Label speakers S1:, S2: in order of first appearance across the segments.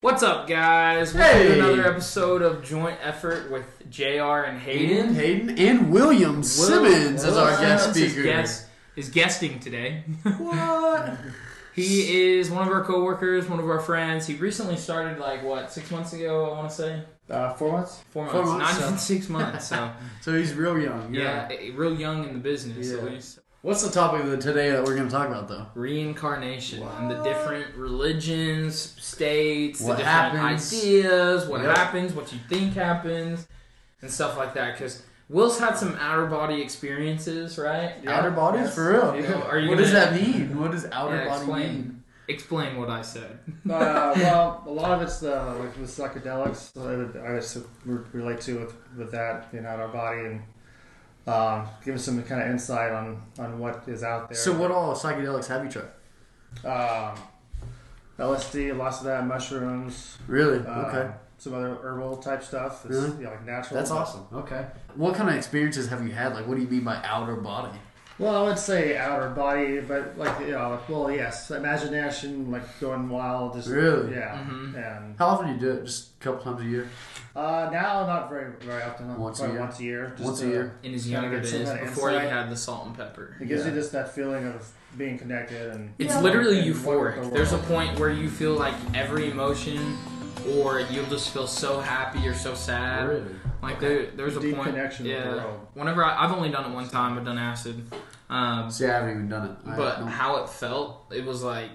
S1: What's up, guys? Welcome
S2: Hey.
S1: to another episode of Joint Effort with JR and Hayden.
S2: Hayden and William Simmons as our
S1: Will
S2: guest
S1: Simmons is
S2: speaker.
S1: guest- is guesting today.
S2: What?
S1: he is one of our coworkers, one of our friends. He recently started, like, what, six months ago, I want to say?
S2: Uh, four months.
S1: Four months.
S2: Four months,
S1: Not
S2: so-
S1: even six months. So,
S2: So he's real young.
S1: yeah, eh, real young in the business, at
S2: Yeah.
S1: least.
S2: What's the topic of the today that we're going to talk about though?
S1: Reincarnation and the
S2: What?
S1: different religions, states,
S2: What
S1: the different
S2: happens.
S1: ideas, what
S2: Yep.
S1: happens, what you think happens, and stuff like that. Because Will's had some outer body experiences, right?
S2: Outer bodies
S3: Yes.
S2: for real.
S1: Yeah. Are you gonna-
S2: what does that mean? What does outer
S1: Yeah,
S2: body
S1: explain.
S2: mean?
S1: Explain what I said.
S3: uh, well, a lot of it's the like with psychedelics. uh, I guess it re- relate to with with that you know in our body and um, give us some kind of insight on on what is out there.
S2: So what all psychedelics have you tried?
S3: Um, LSD, lots of that, mushrooms.
S2: Really?
S3: Uh,
S2: okay.
S3: Some other herbal type stuff. It's,
S2: Really?
S3: yeah, like natural.
S2: That's
S3: but-
S2: awesome. Okay. What kind of experiences have you had? Like, what do you mean by outer body?
S3: Well, I would say outer body, but like you know, like, well, yes, imagination, like going wild. Just,
S2: Really?
S3: Yeah.
S1: Mhm.
S3: And
S2: How often do you do it? Just a couple times a year?
S3: Uh, now not very very often.
S2: Once a
S3: Probably
S2: year.
S3: Once a year. just
S2: Once a
S3: to-
S2: year.
S1: In his
S3: Gotta
S1: younger
S3: get
S1: days,
S3: some of that
S1: before he
S3: insight.
S1: had the salt and pepper.
S3: It gives
S2: Yeah.
S3: you just that feeling of being connected and.
S1: It's
S3: Yeah.
S1: literally
S3: And
S1: euphoric.
S3: wonderful
S1: There's a
S3: world.
S1: point where you feel like every emotion, or you'll just feel so happy or so sad.
S2: Really?
S1: Like there, there's a
S3: Deep
S1: point.
S3: connection with
S1: yeah.
S3: the world.
S1: Whenever I, I've only done it one time, I've done acid. Um,
S2: See, I haven't even done it. I
S1: but
S2: don't-
S1: how it felt, it was like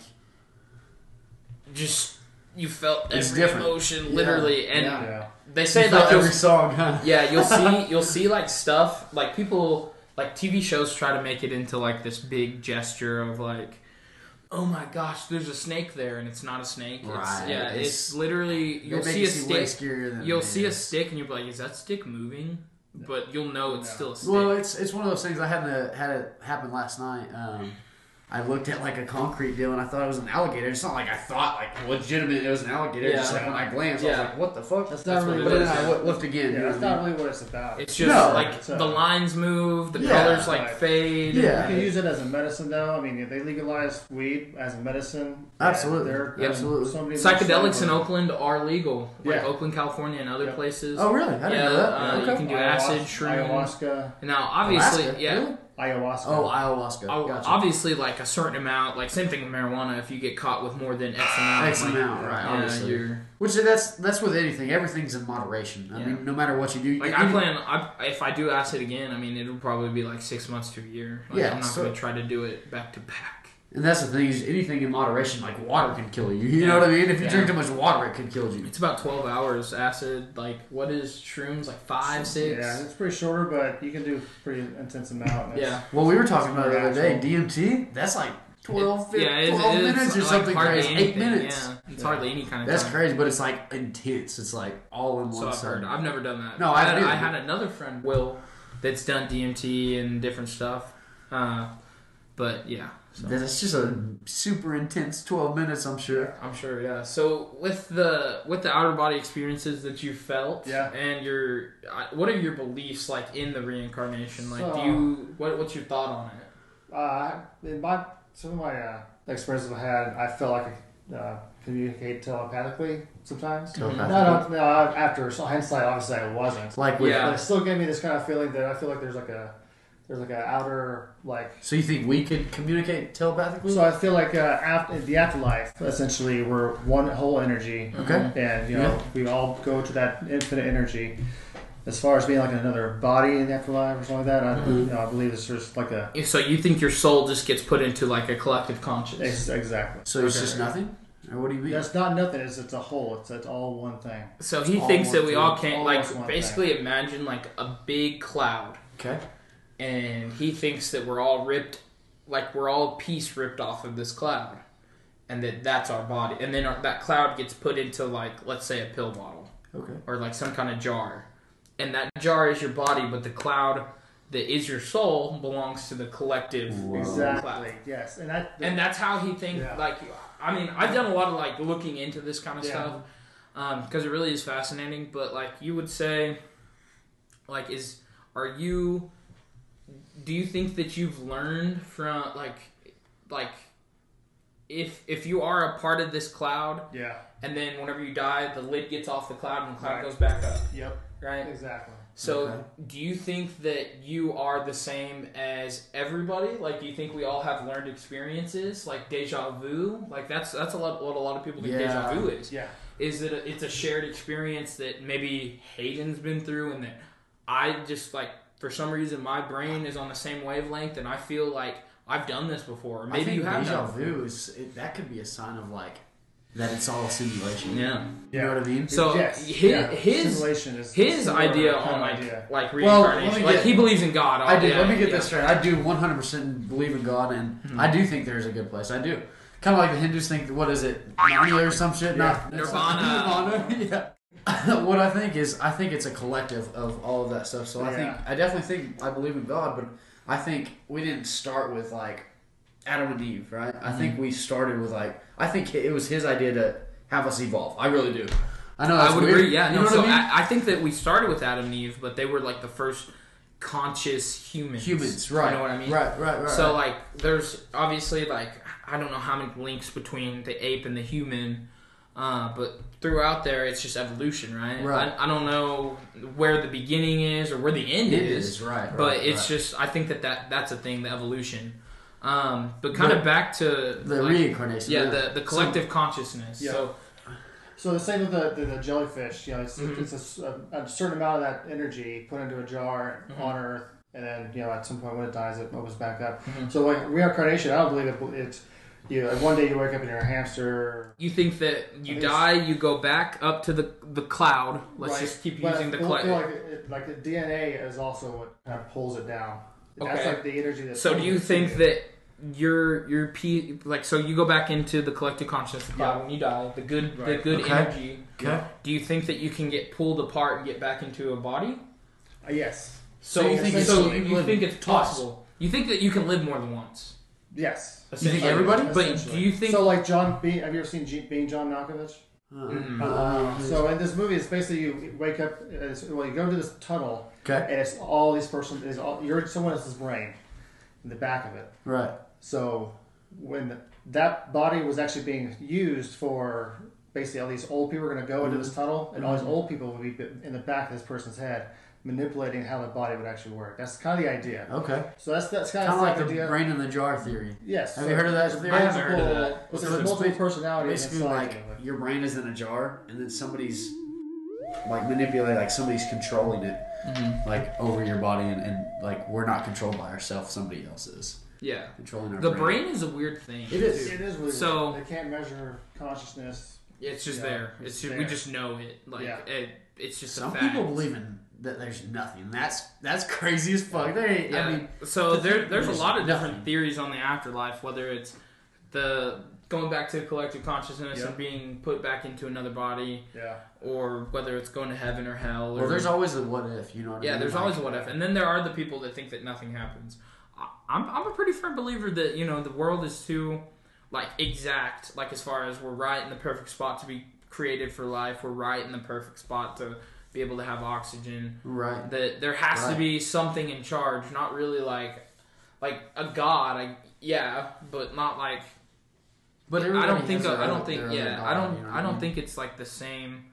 S1: just you felt
S2: It's
S1: every
S2: different.
S1: emotion literally, and
S2: Yeah.
S3: Yeah.
S1: they
S2: You
S1: say
S2: felt
S1: like you'll,
S2: every song, huh?
S1: yeah, you'll see you'll see like stuff like people like TV shows try to make it into like this big gesture of like. Oh my gosh! There's a snake there, and it's not a snake. It's,
S2: Right.
S1: yeah, it's,
S2: It's-
S1: literally you'll
S2: They make
S1: see
S2: it
S1: a
S2: seem way
S1: stick.
S2: scarier than
S1: You'll
S2: it
S1: see a
S2: is.
S1: stick, and you'll be like, "Is that stick moving?" But you'll know it's
S3: No.
S1: still a stick.
S2: Well, it's it's one of those things. I had to had it happen last night.
S1: Mm-hmm.
S2: Um, I looked at like a concrete deal and I thought it was an alligator. It's not like I thought like legitimate it was an alligator. It's Just
S1: Yeah.
S2: like when I glanced, I
S1: Yeah.
S2: was like, "What the fuck?"
S3: That's
S1: That's
S3: not really
S1: what
S2: But
S3: what
S1: it
S2: then
S1: is.
S3: it's
S2: I
S3: about.
S2: w- looked again.
S3: Yeah,
S2: you know
S3: that's
S2: what I
S3: not
S2: mean?
S3: really what it's about.
S1: It's just
S2: No,
S1: like
S3: it's,
S1: the
S3: uh,
S1: lines move, the
S2: Yeah,
S1: colors like
S3: right.
S1: fade.
S2: Yeah.
S3: You can use it as a medicine, though. I mean, if they legalize weed as a medicine,
S2: Absolutely.
S3: and
S2: Yep. Absolutely.
S3: So many
S1: Psychedelics in
S3: medicines-
S1: Oakland are legal, like
S3: Yeah.
S1: Oakland, California, and other
S3: Yep.
S1: places.
S2: Oh really? I didn't
S1: Yeah,
S2: know that.
S1: uh, you
S2: okay.
S1: can do acid, shrooms.
S3: ayahuasca,
S1: Now, obviously,
S2: Alaska,
S1: yeah.
S2: really?
S3: ayahuasca.
S2: Oh, ayahuasca.
S1: ob-
S2: gotcha.
S1: Obviously, like a certain amount, like same thing with marijuana. If you get caught with more than X amount,
S2: X
S1: like,
S2: amount, right?
S1: yeah,
S2: obviously.
S1: you're-
S2: Which that's that's with anything. Everything's in moderation. I
S1: Yeah.
S2: mean, no matter what you do,
S1: like I plan, I, if I do acid again, I mean it'll probably be like six months to a year. Like,
S2: Yeah,
S1: I'm not
S2: so-
S1: gonna try to do it back to back.
S2: And that's the thing is anything in moderation. Like water can kill you. You know what I mean? If you
S1: Yeah.
S2: drink too much water, it could kill you.
S1: It's about twelve hours acid. Like what is shrooms? Like five, six.
S3: Yeah, it's pretty shorter, but you can do pretty intense amount. It's-
S1: yeah.
S2: Well, we were talking about it the
S3: Pretty
S2: other day. DMT, that's like 12,
S1: It- yeah, it-
S2: 12
S1: it is
S2: minutes or
S1: like
S2: something
S1: hardly
S2: crazy. Eight
S1: anything,
S2: minutes.
S1: Yeah, it's hardly any kind of.
S2: That's
S1: time.
S2: crazy, but it's like intense. It's like all in
S1: So
S2: one
S1: I've heard.
S2: side.
S1: I've never done that.
S2: No,
S1: I
S2: I
S1: had,
S2: do.
S1: I had another friend, Will, that's done DMT and different stuff. Uh, but yeah, so
S2: That's just a super intense 12 minutes, I'm sure.
S1: I'm sure. Yeah. So with the with the outer body experiences that you felt,
S3: Yeah.
S1: and your I- what are your beliefs like in the reincarnation? Like,
S3: So-
S1: do you what what's your thought on it?
S3: Uh, in my some of my uh, experiences I've had, I felt like I could, uh, communicate telepathically sometimes.
S2: Telepathically.
S3: No, no, no. After so hindsight, obviously I wasn't,
S2: Mm-hmm. Like, with,
S1: Yeah.
S3: but it still gave me this kind of feeling that I feel like there's like a there's like an outer like.
S2: so you think we could communicate telepathically?
S3: So I feel like uh, after the afterlife, essentially, we're one whole energy,
S2: Okay.
S3: and you know we all go to that infinite energy. As far as being like another body in the afterlife or something like that, I, you know, I believe it's just like a
S1: So you think your soul just gets put into like a collective conscious?
S3: ex- exactly.
S2: So it's
S1: Okay.
S2: just nothing? Or what do you mean?
S3: That's not nothing. It's, it's a whole. It's, it's all one thing.
S1: So he
S2: All
S1: thinks
S2: one
S1: that we
S2: thing.
S1: all can't
S3: All
S1: like
S3: as one
S1: basically imagine like a big cloud
S2: okay.
S1: and he thinks that we're all ripped like we're all piece ripped off of this cloud and that that's our body and then our, that cloud gets put into like let's say a pill bottle
S2: Okay.
S1: or like some kind of jar and that jar is your body but the cloud that is your soul belongs to the collective
S2: Whoa.
S3: Exactly. Yes. And that.
S1: and that's how he thinks.
S3: Yeah.
S1: Like, I mean, I've done a lot of like looking into this kind of
S3: Yeah.
S1: stuff because it really is fascinating. But like, you would say, like, is are you? Do you think that you've learned from like, like, if if you are a part of this cloud,
S3: Yeah.
S1: and then whenever you die, the lid gets off the cloud and the cloud
S3: Right.
S1: goes back up,
S3: Yep.
S1: right?
S3: Exactly.
S1: So,
S2: Okay.
S1: do you think that you are the same as everybody? Like, do you think we all have learned experiences, like deja vu? Like, that's that's a lot what a lot of people think
S2: Yeah.
S1: deja vu is.
S3: Yeah.
S1: Is that it's a shared experience that maybe Hayden's been through, and that I just like for some reason my brain is on the same wavelength, and I feel like I've done this before. Or
S2: I
S1: maybe
S2: think
S1: you have
S2: deja
S1: done.
S2: vu is it, that could be a sign of like that it's all a simulation.
S1: Yeah.
S2: You know what I mean?
S1: So
S3: yes.
S1: his
S3: yeah.
S1: his
S3: Simulation is
S1: his
S3: similar
S1: idea
S3: kind
S1: on
S3: of
S1: like
S3: idea.
S1: like
S2: Well, let me
S1: reincarnation,
S2: get-
S1: like he believes in God.
S2: I do.
S1: Yeah,
S2: Let me get
S1: yeah. Mm-hmm.
S2: this straight. I do 100% believe in God, and I do think there's a good place. I do. Kind of like the Hindus think, what is it, Narnia or some shit?
S3: Yeah.
S2: No, it's
S1: Nirvana.
S2: not Nirvana. yeah. what I think is, I think it's a collective of all of that stuff. So I
S3: Yeah.
S2: think, I definitely think I believe in God, but I think we didn't start with like Adam and Eve, right?
S1: Mm-hmm.
S2: I think we started with like, I think it was his idea to have us evolve. I really do. I know. That's
S1: I would
S2: weird.
S1: agree. Yeah, no.
S2: You know what
S1: so I,
S2: I mean?
S1: I, think that we started with Adam and Eve, but they were like the first conscious humans.
S2: humans, right?
S1: You know what I mean?
S2: Right, right, right.
S1: So
S2: right.
S1: like, there's obviously like I don't know how many links between the ape and the human, uh, but throughout there it's just evolution, right?
S2: Right.
S1: I, I don't know where the beginning is or where the end
S2: it
S1: is,
S2: is right,
S1: but
S2: right,
S1: it's
S2: right.
S1: just I think that, that that's a thing, the evolution. Um, but kind of
S2: But
S1: back to
S2: the
S1: like,
S2: reincarnation.
S1: yeah, the, the collective consciousness.
S3: Yeah.
S1: So
S3: So the same with the, the, the jellyfish. You know, it's,
S1: Mhm.
S3: it's a s- a, a certain amount of that energy put into a jar
S1: Mhm.
S3: on Earth, and then you know at some point when it dies, it bubbles back up.
S1: Mhm.
S3: So like reincarnation, I don't believe it. It's you know, one day you wake up and you're a hamster.
S1: you think that you
S3: It's-
S1: die, you go back up to the the cloud. Let's
S3: right?
S1: just keep
S3: But
S1: using the
S3: I feel-
S1: cloud.
S3: feel like, it, like the DNA is also what kind of pulls it down. That's
S1: Okay.
S3: like the energy that.
S1: So do
S3: pulls
S1: you
S3: it
S1: think
S3: to
S1: that your your pe- like so you go back into the collective consciousness of God when you die, the good the
S3: Right.
S1: good
S2: Okay.
S1: energy.
S2: Okay.
S1: Do you think that you can get pulled apart and get back into a body?
S3: Uh, yes,
S1: So,
S2: So
S1: so
S2: you
S1: you
S2: think
S1: think,
S2: it's- you live
S1: it's
S2: twice.
S1: possible? You think that you can live more than once?
S3: yes.
S2: You think
S1: essentially.
S2: everybody?
S1: But do
S3: Essentially.
S1: you think?
S3: so? Like John Bean. Have you ever seen G- Being John Malkovich?
S1: Mm.
S2: Uh,
S3: So in this movie, it's basically you wake up. it's- Well, you go into this tunnel.
S2: okay.
S3: and it's all these person is all you're someone else's brain in the back of it.
S2: Right.
S3: So when that body was actually being used for basically all these old people were going to go into this
S1: Mm-hmm.
S3: tunnel, and all these old people would be in the back of this person's head, manipulating how the body would actually work. That's kind of the
S1: Oh.
S3: idea.
S2: Okay.
S3: So that's that's kind
S2: Kind
S3: of
S2: of like the
S3: idea.
S2: brain in the jar theory.
S3: Yes.
S2: Have
S3: so
S2: you heard of that theory?
S1: I haven't heard of
S3: multiple-
S1: that.
S3: It's
S2: So it's
S3: multiple
S2: basi-
S3: personalities
S2: Basically,
S3: inside.
S2: like your brain is in a jar, and then somebody's like manipulating, like somebody's controlling it, like over your body, and, and like we're not controlled by ourselves. Somebody else is
S1: Yeah,
S2: controlling our
S1: the brain is a weird thing.
S2: It is.
S1: too.
S3: it is really
S1: So-
S3: weird. they can't measure consciousness.
S1: It's just
S3: Yeah,
S1: there.
S3: it's
S1: It's just, we
S3: there.
S1: just know it. Like
S3: Yeah.
S1: it, it's just
S2: Some
S1: a fact.
S2: people believe in that. There's nothing. That's that's crazy as fuck. They, ain't
S1: Yeah.
S2: I mean,
S1: so
S2: the
S1: there,
S2: thing
S1: there's a
S2: is
S1: lot of different
S2: nothing.
S1: theories on the afterlife, whether it's the going back to collective consciousness
S3: Yeah.
S1: and being put back into another body,
S3: Yeah.
S1: or whether it's going to heaven or hell. Or
S2: well, there's always a what if. You know what I mean?
S1: yeah, there's
S2: Like,
S1: always a what if, and then there are the people that think that nothing happens. I- I'm I'm a pretty firm believer that you know the world is too like exact, like as far as we're right in the perfect spot to be created for life, we're right in the perfect spot to be able to have oxygen
S2: right.
S1: that there has
S2: Right.
S1: to be something in charge, not really like like a god. I, yeah, but not like
S2: But
S1: I
S2: everybody
S1: don't think
S2: has their
S1: I don't
S2: own- their
S1: think
S2: own
S1: yeah I
S2: God,
S1: don't
S2: you know what
S1: I don't
S2: mean?
S1: think it's like the same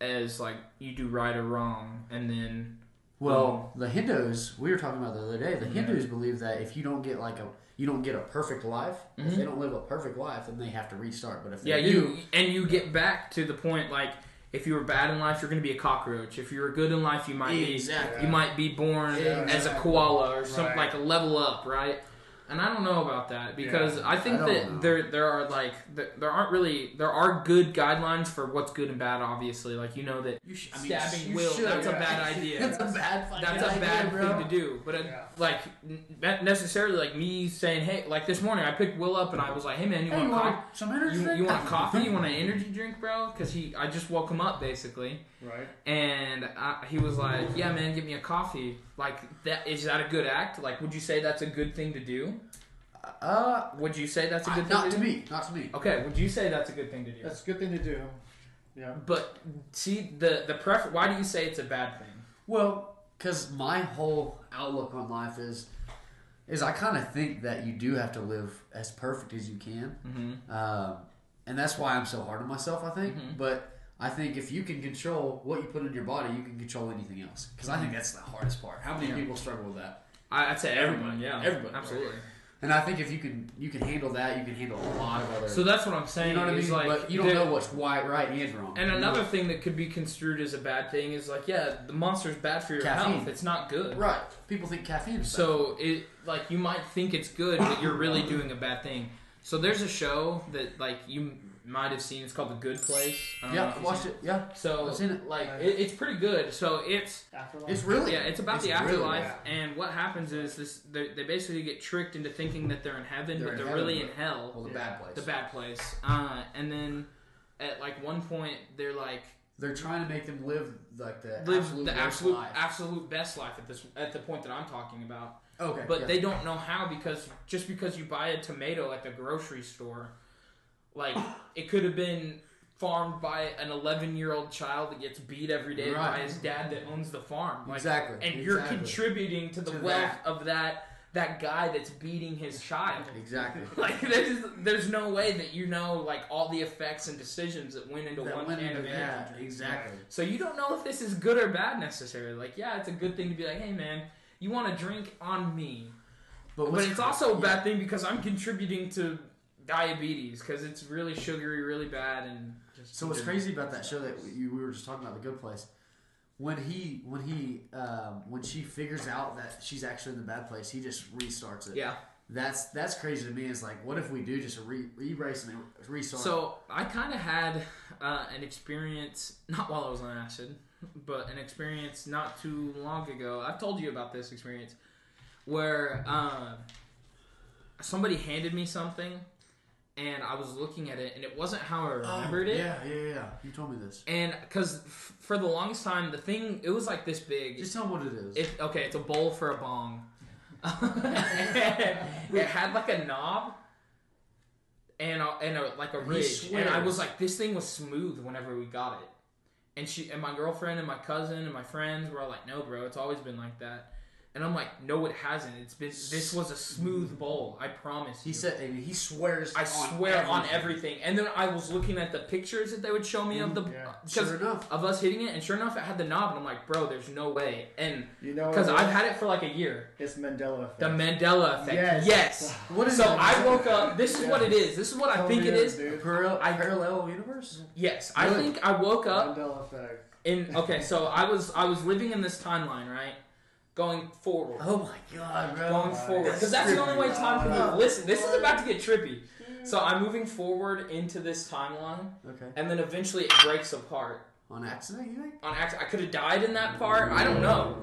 S1: as like you do right or wrong and then
S2: Well, the Hindus we were talking about the other day. The Hindus believe that if you don't get like a you don't get a perfect life, if they don't live a perfect life, then they have to restart. But if they
S1: Mm-hmm. yeah
S2: do,
S1: you and you get back to the point like if you were bad in life you're going to be a cockroach if you were good in life you might
S2: Exactly.
S1: be you might be born as a
S3: Exactly.
S1: koala or some
S3: Right.
S1: like a level up right and I don't know about that because I think
S2: I don't
S1: that
S2: know.
S1: there there are like there, there aren't really there are good guidelines for what's good and bad obviously like you know that
S2: you sh-
S1: stabbing will that's a
S3: yeah.
S1: bad idea
S2: That's a bad. fucking
S1: that's a
S2: idea,
S1: bad
S2: bro.
S1: thing to do. But it,
S3: Yeah.
S1: like, n- not necessarily like me saying, hey, like this morning I picked Will up and I was like, hey man, you
S2: Hey,
S1: want
S2: you
S1: a coffee?
S2: want some energy?
S1: You,
S2: drink? Uh,
S1: you want a coffee? You want an energy drink, bro? Because he, I just woke him up basically,
S3: Right.
S1: and I, he was like, yeah man, give me a coffee. Like that is that a good act? Like, would you say that's a good thing to do?
S2: Uh,
S1: Would you say that's a good thing?
S2: not
S1: to
S2: to
S1: do?
S2: me. Not to me.
S1: Okay, would you say that's a good thing to do?
S3: That's a good thing to do. Yeah.
S1: but see the the pref. Why do you say it's a bad thing?
S2: Well, because my whole outlook on life is is I kind of think that you do have to live as perfect as you can,
S1: Mm-hmm.
S2: um, and that's why I'm so hard on myself. I think,
S1: Mhm.
S2: but I think if you can control what you put in your body, you can control anything else. Because I think that's the hardest part. How many
S1: Yeah.
S2: people struggle with that?
S1: I, I'd say everyone.
S2: Everybody.
S1: Yeah,
S2: Everybody.
S1: Absolutely.
S2: And I think if you can you can handle that, you can handle a lot of other.
S1: So that's what I'm saying.
S2: you know what I
S1: is
S2: mean?
S1: Like,
S2: but you don't
S1: there-
S2: know what's why, right and wrong.
S1: And another thing that could be construed as a bad thing is like, yeah, the monster's bad for your
S2: Caffeine.
S1: health. It's not good.
S2: right? People think caffeine. Is bad.
S1: So it like you might think it's good, but you're really doing a bad thing. So there's a show that like you might have seen. It's called The Good Place. I don't know
S2: yeah,
S1: if
S2: I
S1: you've
S2: watched
S1: seen
S2: it. Yeah,
S1: So
S2: I've seen it. Uh,
S1: like it, it's pretty good. So it's
S3: Afterlife.
S2: it's really
S1: yeah, it's about the
S2: really
S1: afterlife,
S2: bad.
S1: and what happens is this: they they basically get tricked into thinking that they're in heaven,
S2: They're
S1: but
S2: in
S1: they're
S2: heaven,
S1: really in
S2: but-
S1: hell.
S2: well, the
S3: Yeah.
S2: bad place.
S1: the bad place. Uh, and then at like one point, they're like
S2: They're trying to make them live like the
S1: live
S2: absolute
S1: the
S2: worst
S1: absolute
S2: life.
S1: absolute best life at this at the point that I'm talking about.
S2: okay,
S1: But
S2: yeah.
S1: they don't know how because just because you buy a tomato at the grocery store, like it could have been farmed by an 11 year old child that gets beat every day by
S2: Right.
S1: his dad that owns the farm. Like,
S2: exactly,
S1: and you're
S2: exactly.
S1: contributing to the
S2: To
S1: wealth
S2: that.
S1: of that that guy that's beating his child.
S2: exactly.
S1: Like there's there's no way that you know like all the effects and decisions that went into
S2: That
S1: one
S2: went
S1: can
S2: into
S1: of energy.
S2: that, exactly.
S1: So you don't know if this is good or bad necessarily. Like yeah, it's a good thing to be like, hey man, you want to drink on me, but
S2: what's-
S1: it's also a
S2: yeah.
S1: bad thing because I'm contributing to diabetes because it's really sugary, really bad, and just
S2: So what's crazy about that show that you, we were just talking about, The Good Place, when he when he um, when she figures out that she's actually in the bad place, he just restarts it.
S1: Yeah.
S2: That's that's crazy to me. It's like, what if we do just re- erase and restart?
S1: So I kind of had uh, an experience, not while I was on acid, but an experience not too long ago. I've told you about this experience where uh, somebody handed me something, and I was looking at it, and it wasn't how I remembered it.
S2: Oh, Yeah, yeah, yeah. You told me this.
S1: And because f- for the longest time, the thing it was like this big.
S2: Just tell them what it is.
S1: It, okay, it's a bowl for a bong. it had like a knob and a, and a, like a
S2: He
S1: ridge, and I
S2: swears.
S1: was like, this thing was smooth whenever we got it. And she and my girlfriend and my cousin and my friends were all like, no, bro, it's always been like that. And I'm like, no, it hasn't. It's been this was a smooth bowl. I promise.
S2: he
S1: you."
S2: said, and he swears.
S1: I
S2: on
S1: swear on everything. And then I was looking at the pictures that they would show me of the
S3: Yeah.
S1: because
S2: Sure enough.
S1: of us hitting it, and sure enough, it had the knob, and I'm like, bro, there's no way. And
S3: you know
S1: because
S3: what it
S1: I've
S3: is?
S1: had it for like a year.
S3: it's Mandela effect.
S1: The Mandela effect.
S3: Yes.
S1: Yes.
S2: What is
S1: So
S2: it?
S1: I woke up. This is what it is. This is what I
S3: Tell
S1: think
S3: me
S1: it is.
S3: Oh, dude.
S2: Parallel, parallel universe.
S1: Yes. I
S2: Really?
S1: think I woke up
S3: Mandela effect.
S1: in. Okay, so I was I was living in this timeline, right? Going forward.
S2: Oh my god, bro!
S1: Going forward. Because that's the only way time can move. Listen, this is about to get trippy. So I'm moving forward into this timeline,
S2: Okay.
S1: and then eventually it breaks apart.
S2: On accident, you think?
S1: on accident. I could have died in that part. I don't know.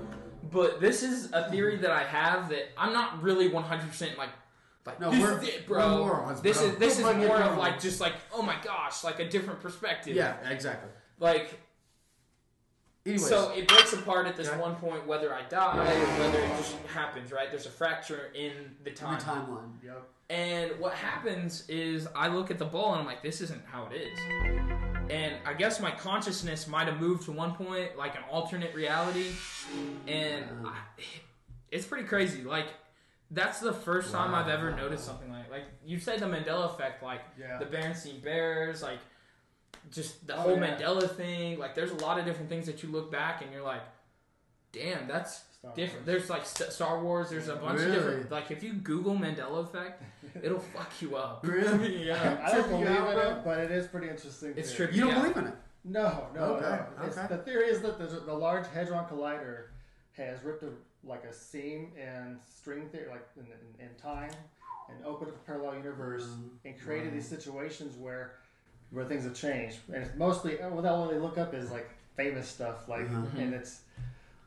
S1: But this is a theory that I have that I'm not really 100% like, like
S2: No,
S1: this
S2: we're-
S1: is it,
S2: we're
S1: bro.
S2: morons,
S1: this
S2: bro.
S1: is this is
S2: Don't let
S1: more
S2: it
S1: of
S2: go.
S1: like just like oh my gosh, like a different perspective.
S2: Yeah, exactly.
S1: Like
S2: Anyways,
S1: so it breaks apart at this
S2: Yeah.
S1: one point whether I die or whether it just happens, right? There's a fracture in the
S2: on
S1: time.
S2: the timeline.
S3: Yep.
S1: And what happens is I look at the ball and I'm like, this isn't how it is. And I guess my consciousness might have moved to one point, like an alternate reality. And I, it's pretty crazy. Like, that's the first time I've ever
S2: Wow.
S1: noticed something like like you said the Mandela effect, like
S3: Yeah.
S1: the Berenstein Bears, like just the
S3: Oh,
S1: whole
S3: yeah.
S1: Mandela thing. Like, there's a lot of different things that you look back and you're like, damn, that's
S3: Stop.
S1: different. There's like S- Star Wars. There's a bunch
S2: Really?
S1: of different. Like if you Google Mandela effect, it'll fuck you up.
S2: Really?
S1: yeah.
S3: I don't
S2: Tripping you
S3: believe
S2: out,
S3: in
S2: bro?
S3: it, but it is pretty interesting.
S1: E It's
S3: theory.
S1: trippy.
S2: You don't
S1: yeah.
S2: believe in it?
S3: No, no,
S2: Okay,
S3: no. It's,
S2: okay.
S3: The theory is that the, the Large Hadron Collider has ripped a, like a seam in string theory, like in, in, in time, and opened up a parallel universe
S2: Mm,
S3: and created these situations where where things have changed. And it's mostly uh, well, that all they look up is like famous stuff, like
S2: Mhm.
S3: and it's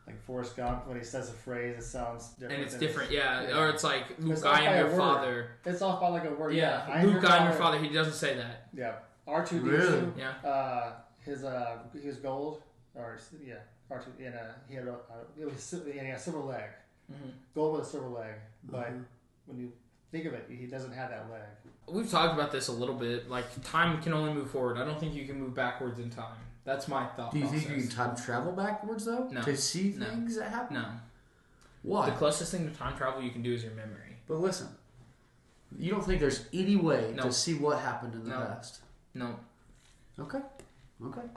S3: like Forrest Gump when he says a phrase, it sounds different.
S1: And it's
S3: than
S1: different, yeah.
S3: yeah.
S1: Or it's like Luke,
S3: It's
S1: I
S3: off by
S1: am
S3: a
S1: your
S3: word.
S1: father.
S3: It's off by like a word.
S1: Yeah,
S3: I am
S1: Luke, I am your father. He doesn't say that.
S3: Yeah, R two D
S2: Really?
S3: two.
S1: Yeah.
S3: Uh, his uh, his gold or yeah, R two. And uh, he had a, uh, it was sil- and he had a silver leg,
S1: Mm-hmm.
S3: gold with a silver leg.
S2: Mm-hmm.
S3: But when you think of it, he doesn't have that leg.
S1: We've talked about this a little bit. Like time can only move forward. I don't think you can move backwards in time. That's my thought
S2: Do you
S1: process.
S2: think you can time travel backwards though
S1: No.
S2: to see
S1: No.
S2: things that happen?
S1: no. The
S2: Why?
S1: closest thing to time travel you can do is your memory.
S2: But listen, you don't think there's any way
S1: No.
S2: to see what happened in the
S1: No.
S2: past?
S1: No.
S2: Okay, okay.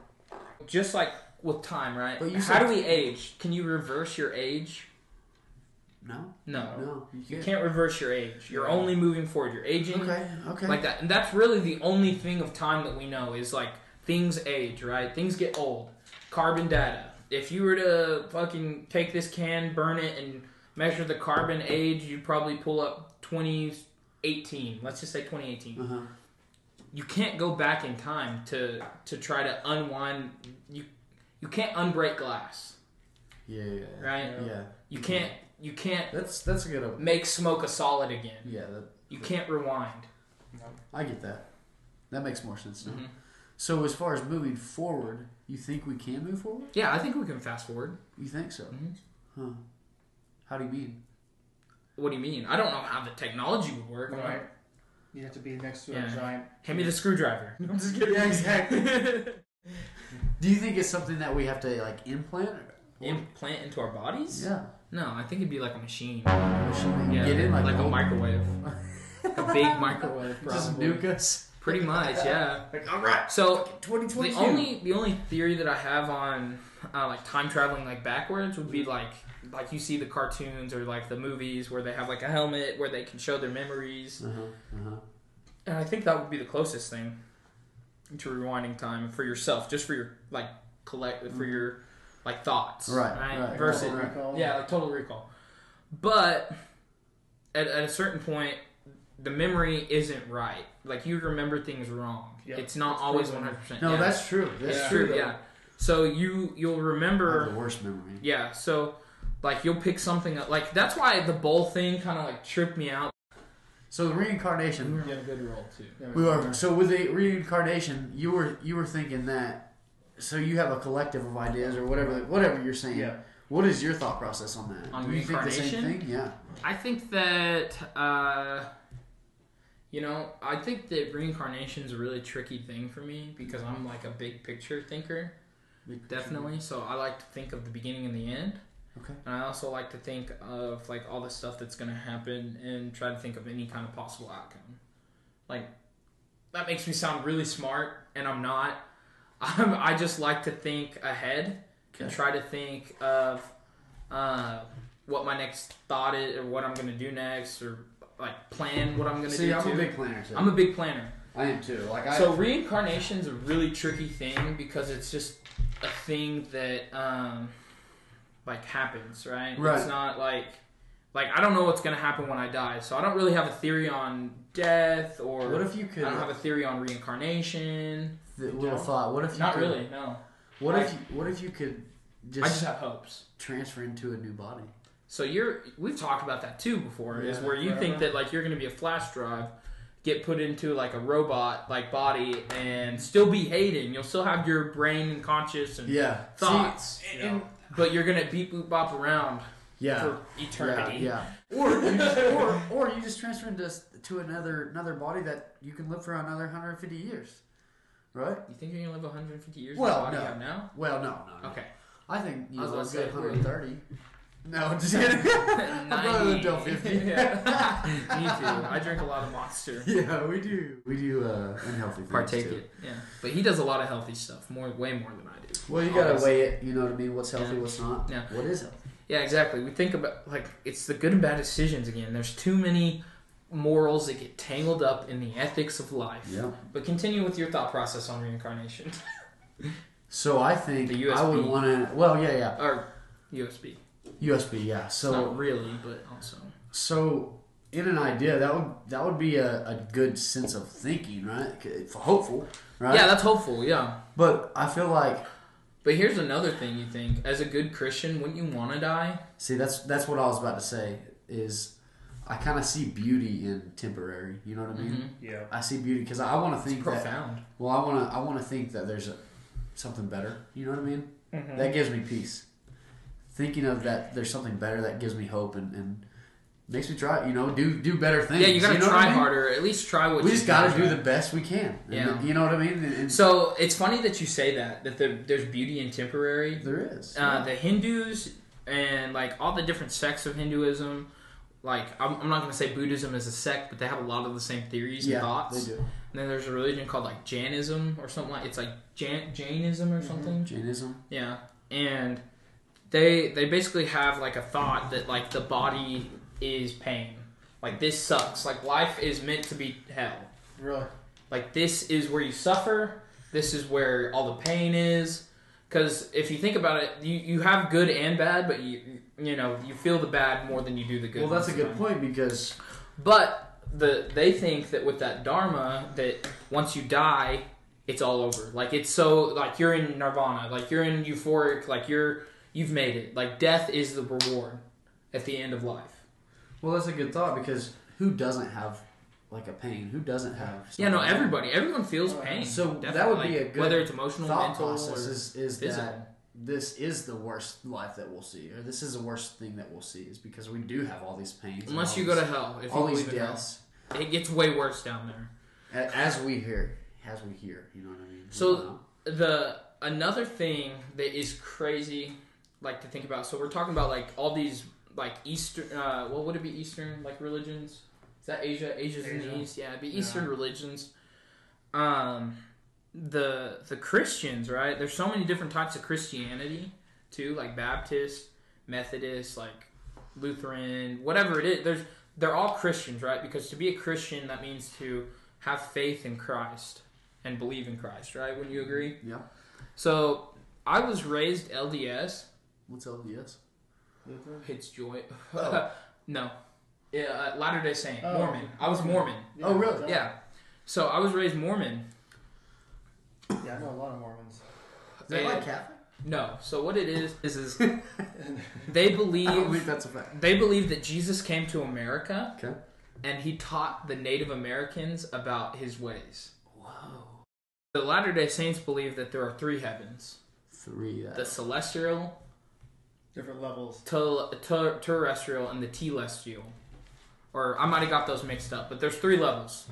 S1: Just like with time, right?
S2: But you
S1: How
S2: said-
S1: do we age? Can you reverse your age?
S2: No,
S1: No.
S2: no,
S1: Oh. You can't reverse your age. You're only moving forward. You're aging
S2: Okay, okay.
S1: like that. And that's really the only thing of time that we know is like things age, right? Things get old. Carbon data. If you were to fucking take this can, burn it, and measure the carbon age, you'd probably pull up 2018. Let's just say 2018
S2: uh-huh.
S1: you can't go back in time to to try to unwind you you can't unbreak glass
S2: Yeah, yeah, yeah.
S1: right
S2: Yeah,
S1: you can't you can't
S2: that's that's a good. Op-
S1: make smoke a solid again
S2: yeah, that,
S1: you can't rewind
S2: I get that. That makes more sense now.
S1: Mhm.
S2: So as far as moving forward, you think we can move forward?
S1: yeah i think we can fast forward
S2: You think so?
S1: Mhm.
S2: Huh? How do you mean?
S1: what do you mean i don't know how the technology would work
S3: Right. You have to be next to
S1: Yeah.
S3: a giant.
S1: hand me the screwdriver i'm just kidding
S3: Yeah, exactly.
S2: Do you think it's something that we have to like implant?
S1: implant into our bodies
S2: Yeah,
S1: no i think it'd be like a machine
S2: Or should we
S1: yeah
S2: get in like,
S1: a
S2: old-
S1: microwave a big microwave
S2: Just
S1: probably
S2: nuke us.
S1: pretty much yeah
S2: Like, all right,
S1: so
S2: 2022.
S1: The only the only theory that I have on uh, like time traveling like backwards would be like like you see the cartoons or like the movies where they have like a helmet where they can show their memories,
S2: Uh-huh, uh-huh.
S1: and I think that would be the closest thing to rewinding time for yourself, just for your like collect for your like thoughts,
S2: Right, right.
S1: Versus
S2: Total Right.
S3: Recall.
S1: yeah, like Total Recall, but at, at a certain point. The memory isn't right. Like you remember things wrong.
S3: Yep.
S1: It's not
S3: It's
S1: always one
S3: proven.
S1: hundred percent.
S2: No, that's true. That's
S1: It's
S3: Yeah.
S1: true,
S2: though.
S1: yeah. So you you'll
S2: I have
S1: remember,
S2: the worst memory.
S1: yeah. So like you'll pick something up. Like that's why the bowl thing kind of like tripped me out.
S2: So the reincarnation.
S1: in a good roll too.
S3: Yeah.
S2: We are so with the reincarnation. You were you were thinking that. So you have a collective of ideas or whatever whatever you're saying.
S3: Yeah.
S2: What is your thought process on that?
S1: On
S2: Do you think the same
S1: reincarnation?
S2: thing? Yeah.
S1: I think that uh, you know I think that reincarnation is a really tricky thing for me because I'm like a big picture thinker, definitely. So I like to think of the beginning and the end.
S2: Okay.
S1: And I also like to think of like all the stuff that's gonna happen and try to think of any kind of possible outcome. Like that makes me sound really smart, and I'm not. I'm, I just like to think ahead and
S2: Okay.
S1: try to think of uh, what my next thought is, or what I'm gonna do next, or like plan what I'm gonna
S2: See,
S1: do.
S2: I'm
S1: too.
S2: a big planner. So.
S1: I'm a big planner.
S2: I am too. Like I.
S1: So reincarnation's a really tricky thing because it's just a thing that um like happens, right?
S2: Right.
S1: It's not like like I don't know what's gonna happen when I die, so I don't really have a theory on death or
S2: what if you
S1: I
S2: could?
S1: don't have a theory on reincarnation.
S2: th- little thought. What if you
S1: Not
S2: could,
S1: really, no.
S2: What
S1: I-
S2: if you, what if you could just,
S1: I just have hopes.
S2: transfer into a new body?
S1: So you're we've talked about that too before, is
S2: Yeah,
S1: where you think
S3: right.
S1: that like you're gonna be a flash drive, get put into like a robot like body and still be Hayden. You'll still have your brain and conscious and
S2: Yeah.
S1: thoughts,
S2: See,
S3: you
S2: and-
S3: know.
S1: but you're gonna beat boop bop around
S2: yeah.
S1: for eternity.
S2: Yeah, yeah. Or, you just, or or you just transfer into s- to another another body that you can live for another 150 years, right?
S1: You think you're gonna live 150 years?
S2: Well,
S1: in the body
S2: no.
S1: you have now?
S2: Well, no, no. no.
S1: Okay,
S2: I think you
S1: I was
S2: know,
S1: gonna
S2: let's go
S1: say,
S2: 130. No, just kidding. I'd rather live till 50.
S1: yeah. Me too. I drink a lot of Monster.
S2: yeah, we do. We do uh, unhealthy things
S1: Partake
S2: too.
S1: it. Yeah, but he does a lot of healthy stuff, more way more than I do.
S2: Well, you gotta
S1: Always.
S2: weigh it. You know what I mean? What's healthy?
S1: Yeah.
S2: What's not?
S1: Yeah.
S2: What is healthy?
S1: Yeah, exactly. We think about like it's the good and bad decisions again. There's too many morals that get tangled up in the ethics of life.
S2: Yeah.
S1: But continue with your thought process on reincarnation
S2: So I think
S1: The
S2: I would
S1: USB.
S2: want to. Well, yeah, yeah.
S1: or USB.
S2: USB, yeah. So
S1: Not really, but also.
S2: So, in an idea, that would that would be a, a good sense of thinking, right? It's hopeful, right?
S1: Yeah, that's hopeful. Yeah.
S2: But I feel like,
S1: But here's another thing you think. As a good Christian, wouldn't you want to die?
S2: see, that's that's what I was about to say. Is I kind of see beauty in temporary. You know what I mean?
S1: Mhm.
S3: Yeah.
S2: I see beauty because I want to think that.
S1: Profound.
S2: Well, I want to I want to think that there's a, something better. You know what I mean? That gives me peace. Thinking of that, there's something better that gives me hope and, and makes me try. You know, do do better things.
S1: Yeah, you gotta
S2: know what I
S1: try
S2: mean?
S1: harder. At least try what
S2: we
S1: you
S2: just
S1: can
S2: got to do
S1: try.
S2: the best we can. And
S1: Yeah.
S2: th- you know what I mean? And, and
S1: So it's funny that you say that that there, there's beauty in temporary.
S2: there is.
S1: Uh, the Hindus and like all the different sects of Hinduism like I'm, I'm not going to say Buddhism is a sect, but they have a lot of the same theories and thoughts.
S2: they do.
S1: And then there's a religion called like Jainism or something like it's like Jan- Jainism
S2: Mm-hmm.
S1: or something.
S2: Jainism.
S1: Yeah, and they they basically have like a thought that like the body is pain. Like this sucks. Like life is meant to be hell.
S3: Really?
S1: Like this is where you suffer. This is where all the pain is. Because if you think about it, you, you have good and bad, but you you know you feel the bad more than you do the good.
S2: Well, that's a
S1: most
S2: good
S1: of the time.
S2: point because
S1: But the they think that with that dharma that once you die, it's all over. Like it's so like you're in nirvana, like you're in euphoric, like you're you've made it. Like death is the reward at the end of life.
S2: well, that's a good thought because who doesn't have like a pain? Who doesn't have?
S1: Yeah, no,
S2: something?
S1: everybody, everyone feels
S3: Well,
S1: pain.
S2: So
S1: Definitely,
S2: that would
S1: like,
S2: be a good
S1: whether it's emotional,
S2: thought
S1: mental,
S2: process
S1: or
S2: is, is
S1: physical.
S2: that this is the worst life that we'll see, or this is the worst thing that we'll see, is because we do have all these pains. and
S1: unless
S2: all
S1: you go
S2: these-
S1: to hell, if you
S2: all these
S1: believe in hell,
S2: deaths,
S1: it gets way worse down there.
S2: a- as we hear, as we hear, you know what I mean. Uh, We
S1: So-
S2: don't know.
S1: the another thing that is crazy like to think about so we're talking about like all these like eastern uh what would it be eastern like religions is that asia asia's in
S3: Asia.
S1: the east yeah it'd be
S3: Yeah.
S1: eastern religions um the the christians right there's so many different types of christianity too like baptist methodist like lutheran whatever it is there's they're all christians right because to be a christian that means to have faith in christ and believe in christ right wouldn't you agree
S2: yeah,
S1: so I was raised LDS.
S2: what's LDS?
S3: Lutheran?
S1: It's joy.
S2: Oh.
S1: no, yeah, uh, Latter Day Saint,
S3: Oh.
S1: Mormon. I was Mormon.
S2: Oh, really?
S1: Yeah. So I was raised Mormon.
S3: Yeah, I know a lot of Mormons.
S2: Is that
S1: And-
S2: like Catholic?
S1: No. So what it is is is they
S2: I don't think
S1: believe
S2: that's a fact.
S1: they believe that Jesus came to America
S2: Okay.
S1: and he taught the Native Americans about his ways.
S2: Whoa,
S1: The Latter Day Saints believe that there are three heavens:
S2: three. uh,
S1: the
S2: That's
S1: celestial,
S3: Different levels.
S1: tel- ter- terrestrial and the telestial. Or I might have got those mixed up, but there's three levels.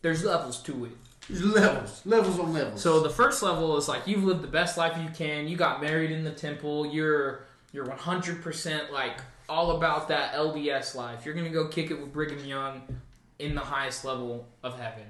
S1: There's levels to it.
S2: There's levels, levels on levels.
S1: So the first level is like you've lived the best life you can. You got married in the temple. You're you're 100% like all about that LDS life. You're gonna go kick it with Brigham Young in the highest level of heaven.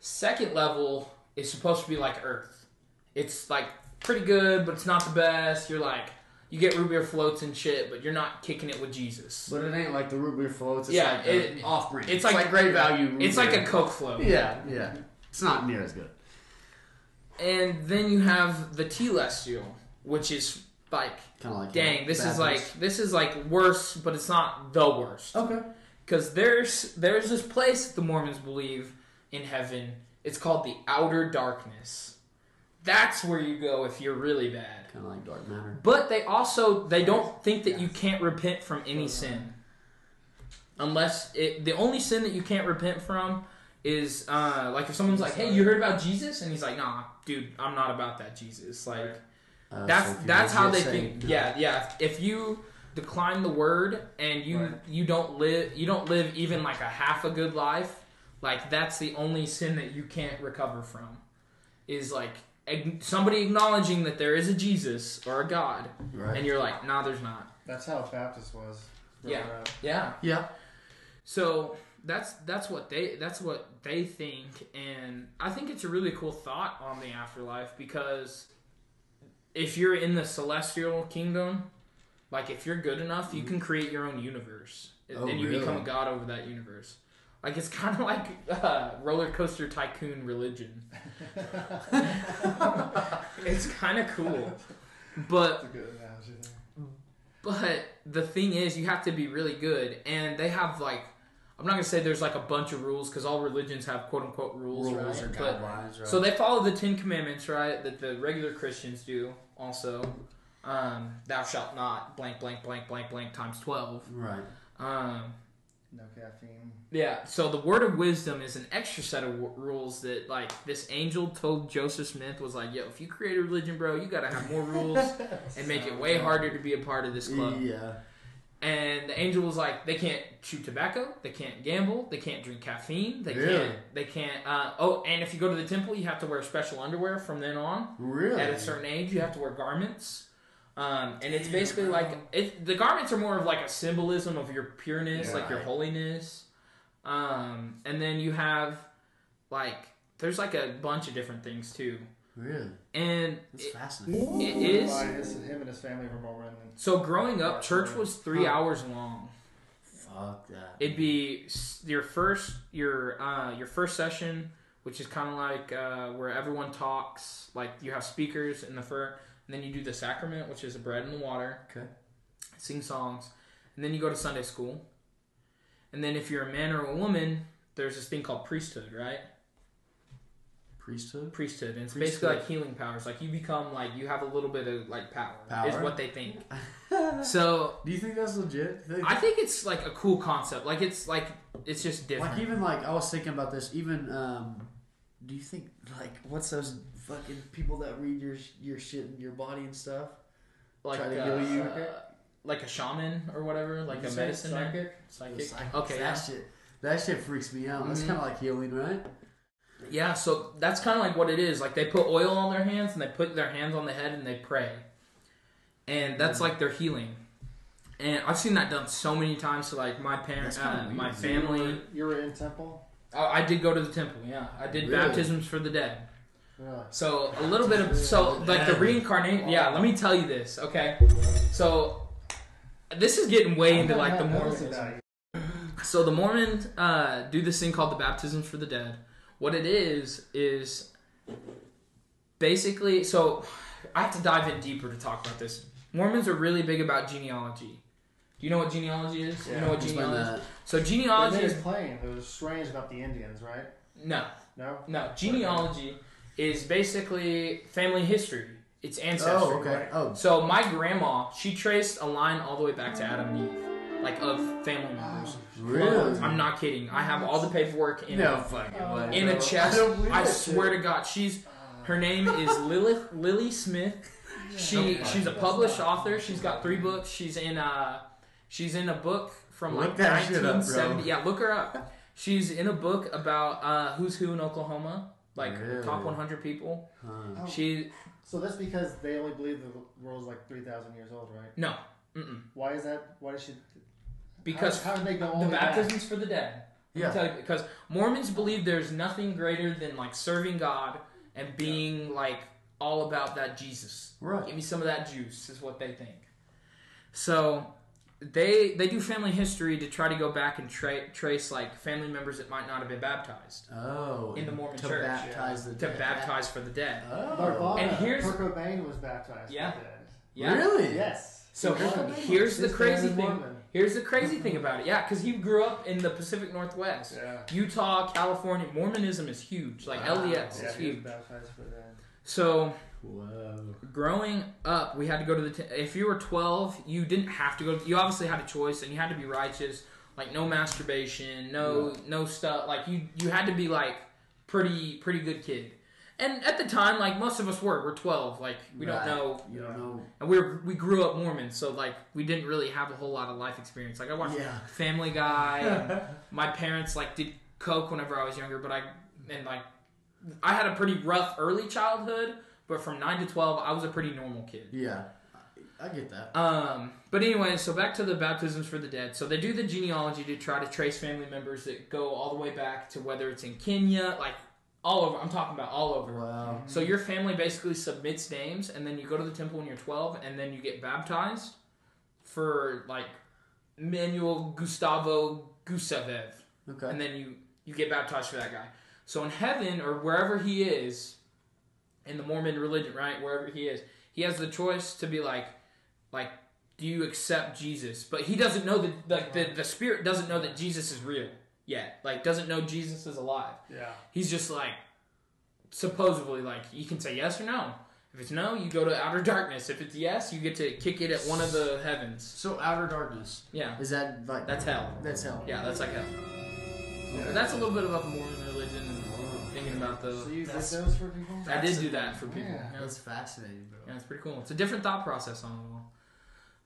S1: Second level is supposed to be like Earth. It's like pretty good, but it's not the best. You're like you get root beer floats and shit, but you're not kicking it with Jesus.
S2: but it ain't like the root beer floats. It's
S1: Yeah,
S2: like the
S1: it-
S2: off brand.
S1: it's
S2: It's,
S1: like-
S2: like, great value. root
S1: It's like
S2: beer.
S1: a Coke float.
S2: yeah, yeah. It's not near as good.
S1: And then you have the telestial, which is like,
S2: Kind of like
S1: dang, this is
S2: Baptist.
S1: like this is like worse, but it's not the worst.
S2: okay.
S1: Because there's there's this place the Mormons believe in heaven. It's called the outer darkness. That's where you go if you're really bad.
S2: Kind of like dark matter.
S1: But they also they don't think that you can't repent from any sin, unless it, the only sin that you can't repent from is uh, like if someone's like, "Hey, you heard about Jesus?" and he's like, "Nah, dude, I'm not about that Jesus." Like
S2: Uh,
S1: that's
S2: so if you
S1: that's how
S2: legit
S1: they
S2: say
S1: think.
S2: no.
S1: Yeah, yeah. If you decline the word and you
S3: Right.
S1: you don't live you don't live even like a half a good life, like that's the only sin that you can't recover from. Is like ag- somebody acknowledging that there is a Jesus or a God,
S2: Right.
S1: and you're like, nah, there's not.
S3: That's how Baptist was.
S1: Yeah. Yeah.
S2: yeah.
S1: So that's that's what they that's what they think, and I think it's a really cool thought on the afterlife because if you're in the celestial kingdom, like if you're good enough, you can create your own universe, and
S2: Oh,
S1: then you become a
S2: really?
S1: god over that universe. Like it's kind of like uh, roller coaster tycoon religion. it's kind of cool, but
S3: That's a good analogy there.
S1: but the thing is, you have to be really good, and they have like, I'm not gonna say there's like a bunch of rules because all religions have quote unquote rules, right? But-
S2: guidelines,
S1: So they follow the Ten Commandments, right? That the regular Christians do also. Um, Thou shalt not blank blank blank blank blank times twelve.
S2: right.
S1: Um,
S3: No caffeine.
S1: yeah. So the word of wisdom is an extra set of w- rules that like this angel told Joseph Smith was like, "Yo, if you create a religion, bro, you gotta have more rules and make it way harder to be a part of this club."
S2: Yeah.
S1: and the angel was like they can't chew tobacco they can't gamble they can't drink caffeine they
S2: Really?
S1: can't they can't uh, oh and if you go to the temple you have to wear special underwear from then on
S2: Really?
S1: at a certain age you have to wear garments Um, and it's basically like it, the garments are more of like a symbolism of your pureness,
S2: Yeah.
S1: like your holiness. Um, and then you have like there's like a bunch of different things too,
S2: Really?
S1: and
S2: That's
S1: it,
S2: fascinating.
S1: it is.
S3: Why, It's him and his family were Mormon.
S1: So growing up, church was three
S2: Huh.
S1: hours long. Mm-hmm.
S2: Fuck that.
S1: It'd be s- your first your uh, your first session, which is kind of like uh, where everyone talks. Like you have speakers in the fur, and then you do the sacrament, which is the bread and the water.
S2: Okay.
S1: Sing songs, and then you go to Sunday school. And then if you're a man or a woman, there's this thing called priesthood, right?
S2: priesthood.
S1: Priesthood, and it's basically
S2: Priesthood.
S1: like healing powers. Like you become like you have a little bit of like power, is
S2: Power?
S1: what they think. so
S2: Do you think that's legit? Think-
S1: I think it's like a cool concept. Like it's like it's just different.
S2: like even like I was thinking about this. Even um, do you think like what's those fucking people that read your your shit in your body and stuff?
S1: like
S2: Try to
S1: uh,
S2: heal you.
S1: uh, like a shaman or whatever, like
S2: You
S1: a
S2: say
S1: medicine man.
S2: psychic?
S1: Psychic.
S2: Psychic.
S1: Okay,
S2: That
S1: yeah.
S2: shit. That shit freaks me out. That's
S1: Mhm.
S2: kind of like healing, right?
S1: yeah. So that's kind of like what it is. Like they put oil on their hands and they put their hands on the head and they pray, and that's
S2: Hmm.
S1: like their healing. And I've seen that done so many times to like my parents,
S2: That's kinda
S1: uh,
S2: weird.
S1: my
S3: You were-
S1: family.
S3: You were in temple.
S1: I, I did go to the temple. Yeah, I did
S2: Really?
S1: baptisms for the dead.
S3: Really?
S1: So a little bit of so like the reincarnation. Yeah, let me tell you this. Okay, so this is getting way into like the Mormonism. So the Mormons uh, do this thing called the baptisms for the dead. What it is is basically so I have to dive in deeper to talk about this. Mormons are really big about genealogy. Do you know what genealogy is? you know what
S2: Explain
S1: genealogy is?
S2: that.
S1: So
S3: Genealogy
S1: genealogy
S3: is
S1: is
S3: plain. It was strange about the Indians, right?
S1: no,
S3: No.
S1: no. Genealogy is basically family history. It's ancestry.
S2: Oh, okay. Oh,
S1: So my grandma, she traced a line all the way back to Adam and Eve, like of family members.
S2: really?
S1: I'm not kidding. I have all the paperwork in
S2: no fucking
S3: Oh.
S2: way.
S1: in a
S3: Bro,
S1: chest.
S2: I don't believe
S1: I,
S2: that
S1: swear
S2: shit.
S1: to God,
S3: Uh,
S1: she's her name is Lilith Lily Smith. She
S2: Okay.
S1: she's a published author. She's got three books. She's in a she's in a book from
S2: Look
S1: like
S2: that shit up,
S1: 1970.
S2: bro.
S1: yeah, look her up. She's in a book about uh, who's who in Oklahoma, like the top
S2: Really?
S1: 100 people.
S2: Huh.
S1: She
S3: Oh. So that's because they only believe the world's like three thousand years old, right?
S1: no, mm-mm.
S3: Why is that? Why does she?
S1: because
S3: how, how did they go
S1: the
S3: only that?
S1: baptisms for the dead. Let me
S2: Yeah.
S1: tell you, because Mormons believe there's nothing greater than like serving God and being like all about that Jesus.
S2: Right.
S1: Give me some of that juice is what they think. So they they do family history to try to go back and tra- trace like family members that might not have been baptized
S2: Oh.
S1: In the Mormon
S2: to
S1: church,
S2: baptize the
S1: to
S2: dead.
S1: baptize for the dead.
S2: Oh.
S3: Nirvana,
S1: And here's-
S3: Kurt Cobain was baptized.
S1: Yeah.
S3: with it.
S1: Yeah.
S2: Really?
S3: Yes.
S1: So
S3: He was.
S1: here's the
S3: This
S1: crazy
S3: man is
S1: thing.
S3: Mormon.
S1: Here's the crazy thing about it. Yeah, because he grew up in the Pacific Northwest.
S3: Yeah.
S1: Utah, California, Mormonism is huge. Like
S2: Wow.
S1: LDS
S3: Yeah,
S1: is
S3: he was
S1: huge.
S3: baptized for that.
S1: So
S2: Whoa.
S1: growing up we had to go to the t- if you were 12 you didn't have to go you obviously had a choice and you had to be righteous like no masturbation no no stuff like you you had to be like pretty pretty good kid and at the time like most of us were we're 12 like we
S2: Right.
S1: don't know
S2: You don't know.
S1: and we were, we grew up mormon so like we didn't really have a whole lot of life experience like i watched
S2: Yeah.
S1: family guy and my parents like did coke whenever i was younger but i and like i had a pretty rough early childhood but from 9 to 12 i was a pretty normal kid
S2: Yeah. I, I get that.
S1: um, but anyway, so back to the baptisms for the dead. So they do the genealogy to try to trace family members that go all the way back to whether it's in Kenya, like all over. I'm talking about all over.
S2: Wow.
S1: Um, So your family basically submits names, and then you go to the temple when you're 12, and then you get baptized for like Manuel Gustavo Gusevev,
S2: Okay.
S1: Mm-hmm. and then you you get baptized for that guy. So in heaven or wherever he is, in the Mormon religion, right, wherever he is, he has the choice to be like, like, do you accept Jesus? But he doesn't know that, like, the, the spirit doesn't know that Jesus is real yet. Like, doesn't know Jesus is alive
S3: Yeah.
S1: he's just like supposedly like you can say yes or no if it's no you go to outer darkness if it's yes you get to kick it at one of the heavens
S2: So outer darkness.
S1: yeah
S2: Is that like
S1: that's hell
S2: That's hell.
S1: yeah that's like hell
S3: Yeah.
S1: But that's a little bit about the mormon religion and thinking about
S3: So
S1: the
S3: you did
S2: That's-
S3: those for people?
S1: i did do that for people
S3: Yeah.
S1: yeah,
S2: That's fascinating, bro.
S1: Yeah, it's pretty cool it's a different thought process on it all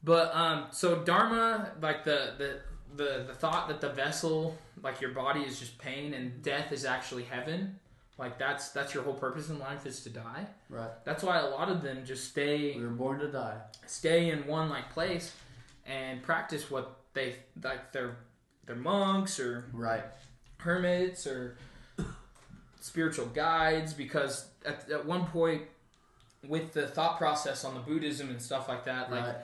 S1: but um so dharma like the the the, the thought that the vessel like your body is just pain and death is actually heaven Like that's that's your whole purpose in life is to die.
S2: Right.
S1: That's why a lot of them just stay
S2: We were born to die.
S1: stay in one like place and practice what they like they're they're monks or
S2: Right.
S1: hermits or spiritual guides because at, at one point with the thought process on the buddhism and stuff like that like
S2: right.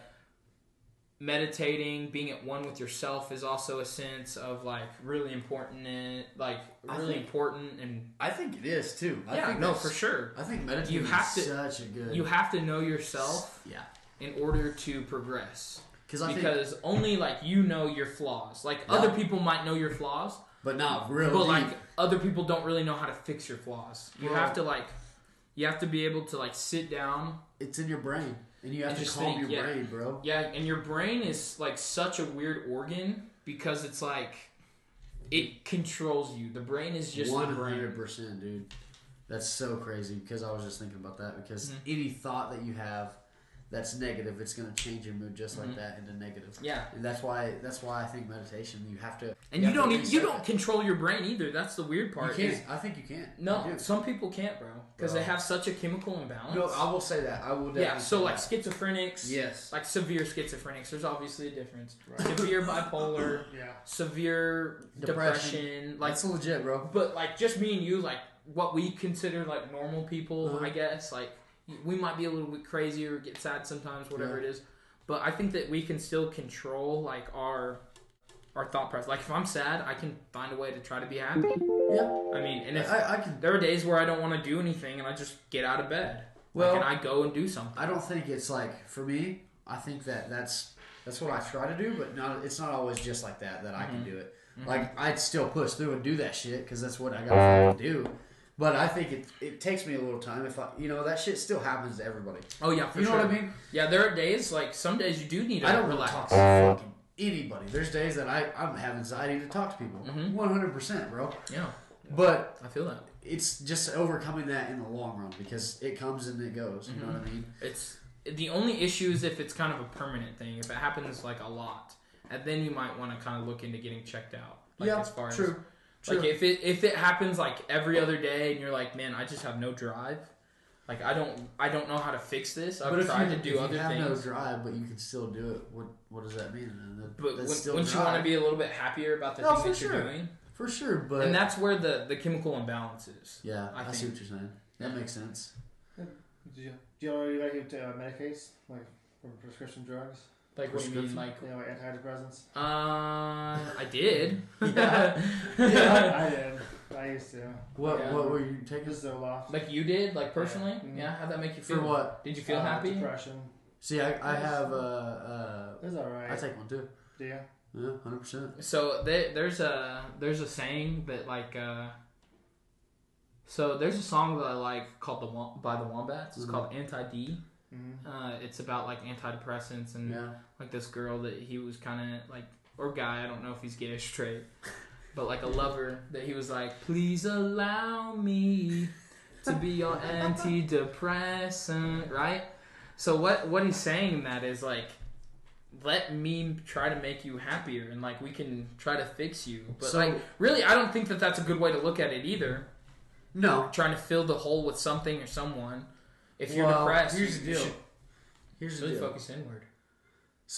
S1: meditating being at one with yourself is also a sense of like really important and like
S2: I
S1: really
S2: think-
S1: important and
S2: I think it is too. I
S1: yeah
S2: think
S1: no
S2: that's-
S1: for sure
S2: I think meditating
S1: You have
S2: is
S1: to-
S2: such a good.
S1: you have to know yourself
S2: Yeah.
S1: in order to progress
S2: Because I think,
S1: because only like you know your flaws like
S2: Yeah.
S1: other people might know your flaws
S2: but not really.
S1: but like other people don't really know how to fix your flaws you
S2: Well-
S1: have to like you have to be able to like sit down
S2: it's in your brain, and you have
S1: And
S2: to
S1: just
S2: calm
S1: think,
S2: your
S1: yeah.
S2: brain, bro.
S1: yeah and your brain is like such a weird organ because it's like it controls you the brain is just
S2: One
S1: the
S2: hundred
S1: brain
S2: percent, dude. That's so crazy because I was just thinking about that because
S1: Mhm.
S2: any thought that you have that's negative, it's gonna change your mood just like
S1: Mhm.
S2: that into negative.
S1: yeah
S2: And that's why that's why I think meditation you have to
S1: and
S2: You
S1: you,
S2: have to
S1: don't even, you
S2: reset
S1: don't
S2: it.
S1: control your brain either that's the weird
S2: you
S1: part
S2: can't-
S1: is-
S2: I think you can't.
S1: no
S2: You do.
S1: some people can't bro because
S2: Bro.
S1: they have such a chemical imbalance
S2: No, I will say that. I will definitely
S1: yeah so
S2: say
S1: like
S2: that.
S1: schizophrenics
S2: Yes.
S1: like severe schizophrenics there's obviously a difference
S3: Right.
S1: severe bipolar
S3: Yeah.
S1: severe
S2: Depression.
S1: depression, like
S2: That's legit, bro.
S1: but like just me and you like what we consider like normal people
S2: Uh-huh.
S1: i guess like we might be a little bit crazy or get sad sometimes whatever
S2: Yeah.
S1: it is but i think that we can still control like our our thought process like if i'm sad i can find a way to try to be happy
S2: Yeah.
S1: i mean and if
S2: I, I can
S1: there are days where i don't want to do anything and i just get out of bed
S2: Well-
S1: well and i go and do something
S2: I don't think it's like for me. I think that that's that's what I try to do, but not it's not always just like that that I can
S1: Mm-hmm.
S2: do it. Like I'd still push through and do that shit because that's what I got to do. But I think it it takes me a little time. If I you know that shit still happens to everybody.
S1: oh yeah for
S2: You know
S1: sure.
S2: what I mean?
S1: yeah there are days like some days you do need to
S2: I don't
S1: relax
S2: relax. Talk to fucking anybody. There's days that I I'm have anxiety to talk to people.
S1: Mhm.
S2: One hundred percent, bro.
S1: yeah
S2: But
S1: i feel that
S2: it's just overcoming that in the long run because it comes and it goes. You know what I
S1: Mm-hmm.
S2: mean?
S1: It's the only issue is if it's kind of a permanent thing. If it happens like a lot, and then you might want to kind of look into getting checked out. Like,
S2: yeah,
S1: as far as-
S2: true.
S1: Like if it if it happens like every other day, and you're like, man, I just have no drive. Like I don't I don't know how to fix this. I've
S2: but if
S1: tried
S2: you,
S1: to
S2: if
S1: do
S2: you
S1: other
S2: have
S1: things.
S2: no drive, but you can still do it. What What does that mean? And that-
S1: but
S2: that's
S1: when,
S2: still
S1: once you want to
S2: drive.
S1: be a little bit happier about the
S2: No,
S1: thing
S2: for
S1: that you're
S2: sure.
S1: doing,
S2: for sure, but
S1: and that's where the the chemical imbalance is.
S2: yeah, I,
S1: I
S2: see
S1: think-
S2: what you're saying. That makes sense.
S3: Do you, do you already like to uh, medicates like for prescription drugs?
S1: Like what do you mean?
S2: Prescription?
S1: Like,
S3: You know, like antidepressants.
S1: uh, I did.
S2: Yeah.
S3: I did. I used to.
S2: What
S1: Yeah.
S2: What were you taking
S3: Just Zoloft.
S1: like you did. Like personally,
S3: Mhm.
S1: yeah. How'd that make you feel?
S2: Mm-hmm. for? What?
S1: Did you feel
S3: Uh,
S1: happy?
S3: Depression.
S2: See, I I have uh, uh
S3: It's all right.
S2: I take one too.
S3: do you?
S2: Yeah, hundred percent.
S1: So there, there's a there's a saying that like uh, so there's a song that I like called the Wom- by the Wombats. It's
S2: Mhm.
S1: called Anti D.
S3: Mm-hmm.
S1: Uh, it's about like antidepressants and
S2: Yeah,
S1: like this girl that he was kind of like or guy I don't know if he's gay or straight, but like a lover that he was like please allow me to be your antidepressant right. So what what he's saying in that is like let me try to make you happier and like we can try to fix you but
S2: So-
S1: like really i don't think that that's a good way to look at it either
S2: no.
S1: trying to fill the hole with something or someone if you're
S2: Well,
S1: depressed
S2: here's the
S1: you
S2: deal.
S1: should
S2: Here's the
S1: really
S2: deal.
S1: focus inward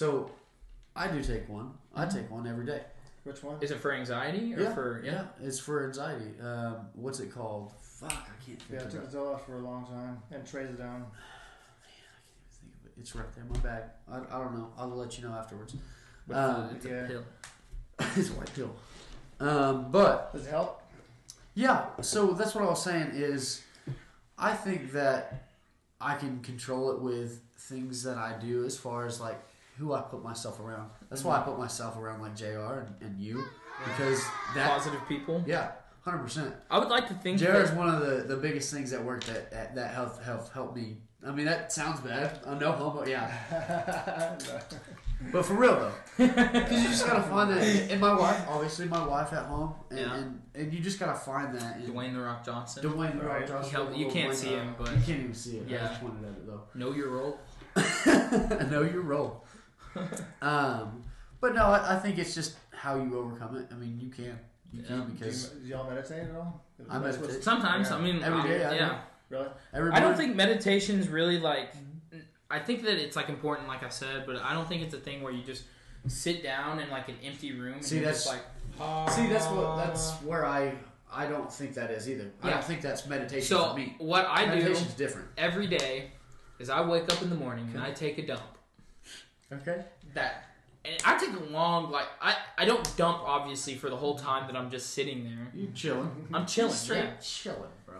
S2: So, I do take one. I take one every day.
S3: Which one?
S1: is it for anxiety Mm-hmm. or for yeah
S2: it's for anxiety. Um, what's it called? Fuck, I can't think
S3: Yeah, I
S2: of it.
S3: took Zoloft for a long time and Trazodone.
S2: think of it. It's right there in my bag. I, I don't know. I'll let you know afterwards.
S1: But
S2: Um,
S1: Uh, it's a- it's
S3: yeah.
S1: a pill.
S2: it's a white pill. Um, but
S3: Does it help?
S2: yeah, so that's what I was saying is, I think that I can control it with things that I do as far as like who I put myself around. That's why I put myself around like Jr. and, and you because that
S1: Positive people.
S2: yeah, hundred percent.
S1: I would like to think
S2: JR is
S1: that
S2: one of the, the biggest things that worked that that, that helped, helped helped me. I mean that sounds bad. I know homo, yeah. But for real though, because you just gotta find that. And my wife, obviously, my wife at home, and
S1: Yeah.
S2: and, and you just gotta find that. And
S1: Dwayne the Rock Johnson.
S2: Dwayne The Rock
S3: Right.
S2: Johnson,
S1: Hell, you
S2: little
S1: can't
S2: Dwayne
S1: see
S2: The
S1: him,
S2: Rock.
S1: but-
S2: you can't even see it. I
S1: Yeah.
S2: just pointed at it though.
S1: know your role.
S2: I know your role. Um, but no, I, I think it's just how you overcome it. I mean, you can. You
S1: Yeah.
S2: can
S3: Do, you,
S2: because
S3: do y'all meditate at all?
S2: I
S3: That's what's-
S2: meditate.
S1: Sometimes
S3: Yeah.
S1: I mean
S2: Every
S1: I-
S2: day, I do.
S1: yeah.
S3: Really?
S2: everybody.
S1: I don't think meditation's really like. I think that it's like important, like I said, but I don't think it's a thing where you just sit down in like an empty room. And
S2: See,
S1: you're
S2: that's-
S1: just like ah.
S2: See, that's what that's where I I don't think that is either. I
S1: Yeah.
S2: don't think that's meditation
S1: So
S2: for me.
S1: what I do
S2: Meditation's different.
S1: every day is I wake up in the morning and I take a dump.
S2: Okay.
S1: That and I take a long like I I don't dump obviously for the whole time that I'm just sitting there.
S2: You chilling?
S1: I'm chilling.
S2: Straight
S1: yeah.
S2: chilling, bro.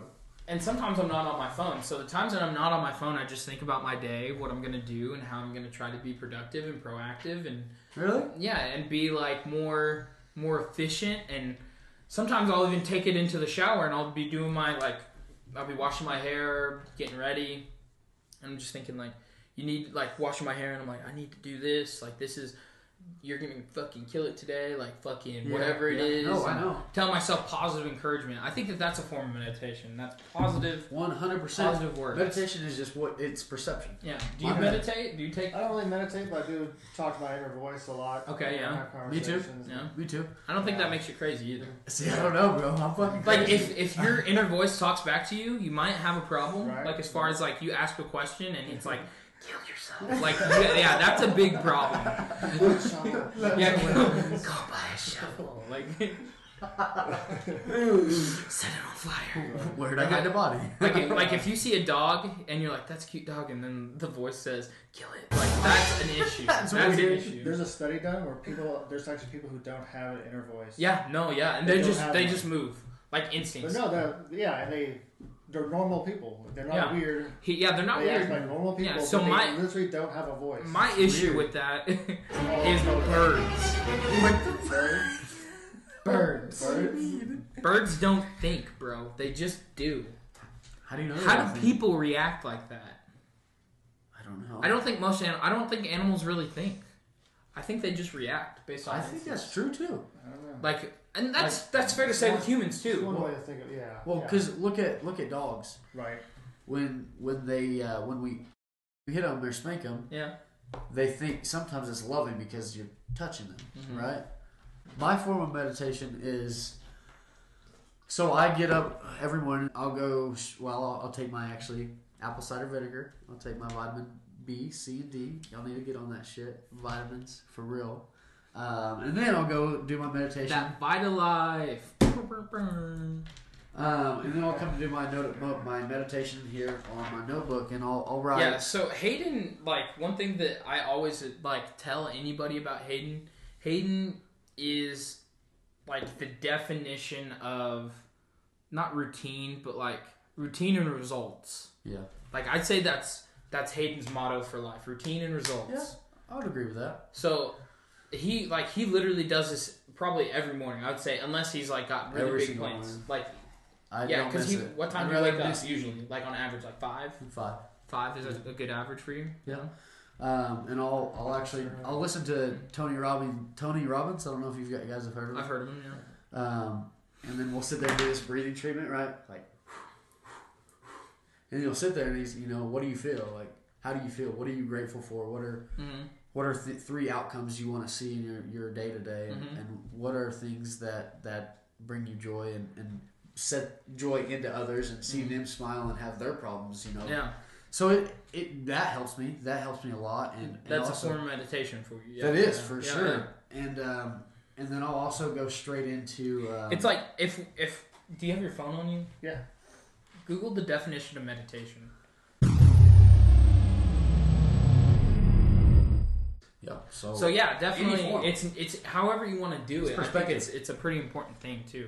S1: And sometimes I'm not on my phone. So the times that I'm not on my phone, I just think about my day, what I'm gonna do, and how I'm gonna try to be productive and proactive and
S2: Really?
S1: yeah and be like more more efficient and sometimes i'll even take it into the shower and i'll be doing my like i'll be washing my hair getting ready and i'm just thinking like you need like washing my hair and i'm like i need to do this like this is you're gonna fucking kill it today like fucking
S2: Yeah,
S1: whatever it
S2: yeah.
S1: is.
S2: No, I
S1: and
S2: know.
S1: tell myself positive encouragement i think that that's a form of meditation that's positive
S2: One hundred percent.
S1: positive words
S2: Meditation is just what it's perception.
S1: yeah do you
S2: I'm-
S1: meditate do you
S2: Uh,
S1: take
S3: I don't really meditate, but I do talk to my inner voice a lot.
S1: Okay, yeah.
S3: Have
S2: Me too.
S3: conversations.
S1: Yeah.
S2: Me too.
S1: i don't think
S3: Yeah.
S1: that makes you crazy either
S2: See, I don't know, bro. I'm fucking
S1: like
S2: crazy.
S1: if, if your inner voice talks back to you you might have a problem
S3: Right.
S1: like as far as like you ask a question and it's like kill yourself like yeah, yeah that's a big problem yeah go, go buy a shovel like set it on fire
S2: where'd I hide the body?
S1: like if, like if you see a dog and you're like that's a cute dog and then the voice says kill it like that's an issue that's,
S2: That's what
S1: an
S2: we do.
S1: issue
S3: There's a study done where people there's actually people who don't have an inner voice.
S1: yeah no yeah and
S3: They
S1: they
S3: don't
S1: just
S3: have
S1: they
S3: one.
S1: just move like
S3: But
S1: instincts
S3: no, they're yeah, and they they're normal people. They're not
S1: Yeah.
S3: weird.
S1: he, yeah they're not
S3: They act
S1: weird
S3: like normal people.
S1: Yeah, so
S3: but they
S1: my-
S3: literally don't have a voice.
S1: my issue with that is birds
S3: birds.
S1: Birds.
S3: Birds.
S1: Birds don't think, bro. They just do.
S2: How do you know?
S1: How
S2: that?
S1: do people react like that?
S2: I don't know.
S1: I don't think most an- I don't think animals really think. I think they just react based on.
S2: I think that's true too.
S3: I don't know.
S1: like, and that's that's fair to say with humans
S3: It's
S1: too.
S3: one way to think of yeah.
S2: Well,
S3: yeah.
S2: because look at look at dogs.
S3: right.
S2: When when they uh, when we we hit them or spank them,
S1: Yeah.
S2: they think sometimes it's loving because you're touching them,
S1: Mm-hmm.
S2: right? My form of meditation is. So I get up every morning. I'll go. sh- Well, I'll, I'll take my actually apple cider vinegar. I'll take my vitamin B, C, and D. Y'all need to get on that shit. Vitamins for real. Um, and then I'll go do my meditation.
S1: That Vitalife.
S2: Um, and then I'll come to do my notebook, my meditation here on my notebook, and I'll, I'll write.
S1: Yeah. So Hayden, like one thing that I always like tell anybody about Hayden, Hayden is like the definition of not routine, but like routine and results.
S2: Yeah.
S1: Like I'd say that's that's Hayden's motto for life: routine and results.
S2: Yeah. I would agree with that.
S1: So he like he literally does this probably every morning. I would say unless he's like got really
S2: Every
S1: big
S2: single
S1: plans.
S2: morning.
S1: Like
S2: I
S1: yeah,
S2: don't
S1: because
S2: miss
S1: he
S2: it.
S1: what time
S2: I'd
S1: do you
S2: rather
S1: wake up
S2: miss
S1: usually? Like on average, like five.
S2: it. Five.
S1: Five is a, a good average for you.
S2: Yeah. Um, and I'll I'll actually I'll listen to Tony Robbins. Tony Robbins. I don't know if you have guys have heard of him.
S1: I've heard of him. Yeah.
S2: Um, and then we'll sit there and do this breathing treatment, right? Like, and you'll sit there and he's you know what do you feel like? How do you feel? What are you grateful for? What are
S1: Mhm.
S2: what are th- three outcomes you want to see in your, your day-to-day and,
S1: Mm-hmm.
S2: and what are things that that bring you joy and, and set joy into others and see them smile and have their problems you know
S1: Mm-hmm. Yeah.
S2: so it, it that helps me that helps me a lot and, and
S1: That's
S2: also,
S1: a form of meditation for you. Yeah,
S2: that is
S1: yeah,
S2: for
S1: yeah,
S2: sure
S1: yeah.
S2: and um and then i'll also go straight into um,
S1: It's like if if do you have your phone on you?
S3: Yeah.
S1: Google the definition of meditation.
S2: yeah so,
S1: So yeah,
S2: Any
S1: definitely.
S2: form.
S1: It's it's however you want to do
S2: It's
S1: it. I think
S2: perspective.
S1: it's it's a pretty important thing too.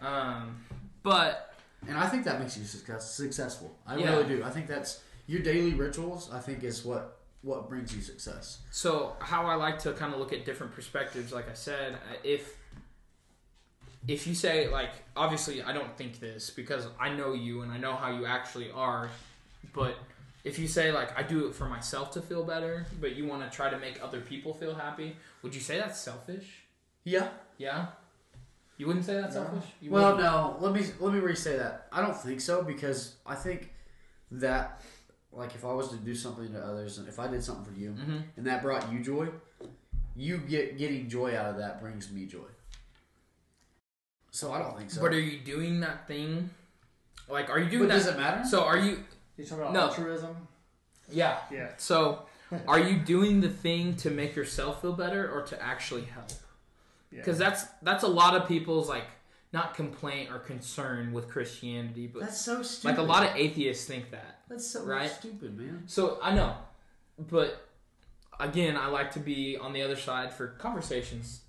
S1: Um, but
S2: and i think that makes you success, successful i
S1: Yeah.
S2: really do i think that's your daily rituals i think is what what brings you success
S1: so how I like to kind of look at different perspectives, like I said, I- if if you say like obviously I don't think this because I know you and I know how you actually are, but if you say like I do it for myself to feel better, but you want to try to make other people feel happy, would you say that's selfish?
S2: yeah
S1: Yeah. You wouldn't say that's
S3: No.
S1: selfish. You
S2: Well,
S1: wouldn't?
S2: no. Let me let me re-say that. I don't think so because I think that like if I was to do something to others and if I did something for you
S1: Mhm.
S2: and that brought you joy, you get getting joy out of that brings me joy. So I don't think so.
S1: But are you doing that thing? Like, are you doing
S2: But
S1: that?
S2: does it matter?
S1: so are you?
S3: You talking about
S1: No.
S3: altruism?
S1: Yeah.
S3: Yeah.
S1: So are you doing the thing to make yourself feel better or to actually help?
S3: Yeah.
S1: Because that's that's a lot of people's like not complaint or concern with Christianity, but
S2: That's so stupid.
S1: like a lot of atheists think that.
S2: That's so
S1: right?
S2: stupid, man.
S1: So I know, but again, I like to be on the other side for conversations.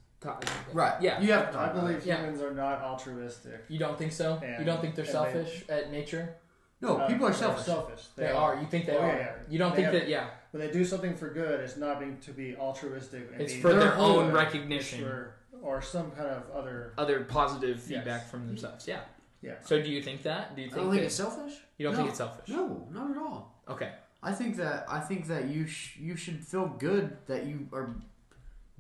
S2: Right.
S1: Yeah.
S2: You have to
S3: I
S2: talk about it.
S3: believe
S1: Yeah.
S3: humans are not altruistic.
S1: You don't think so?
S3: Yeah.
S1: you don't think they're
S3: And they-
S1: selfish at nature?
S2: No,
S1: Oh,
S3: Uh,
S2: people are
S3: they're
S2: selfish.
S3: Selfish.
S1: They, are. You think they
S3: Oh,
S1: are?
S3: yeah, yeah.
S1: You don't
S3: They
S1: think
S3: have-
S1: that? Yeah.
S3: When they do something for good, it's not being to be altruistic. And
S1: It's
S3: be-
S1: for
S2: They're
S1: their own
S2: whole-
S1: recognition.
S3: or, or some kind of other.
S1: Other positive
S3: Yes.
S1: feedback from themselves. Yeah.
S3: Yeah.
S1: So do you think that? Do you
S2: I
S1: think,
S2: don't think
S1: that-
S2: it's selfish.
S1: you don't
S2: No.
S1: think it's selfish?
S2: No, not at all.
S1: Okay.
S2: I think that I think that you sh- you should feel good that you are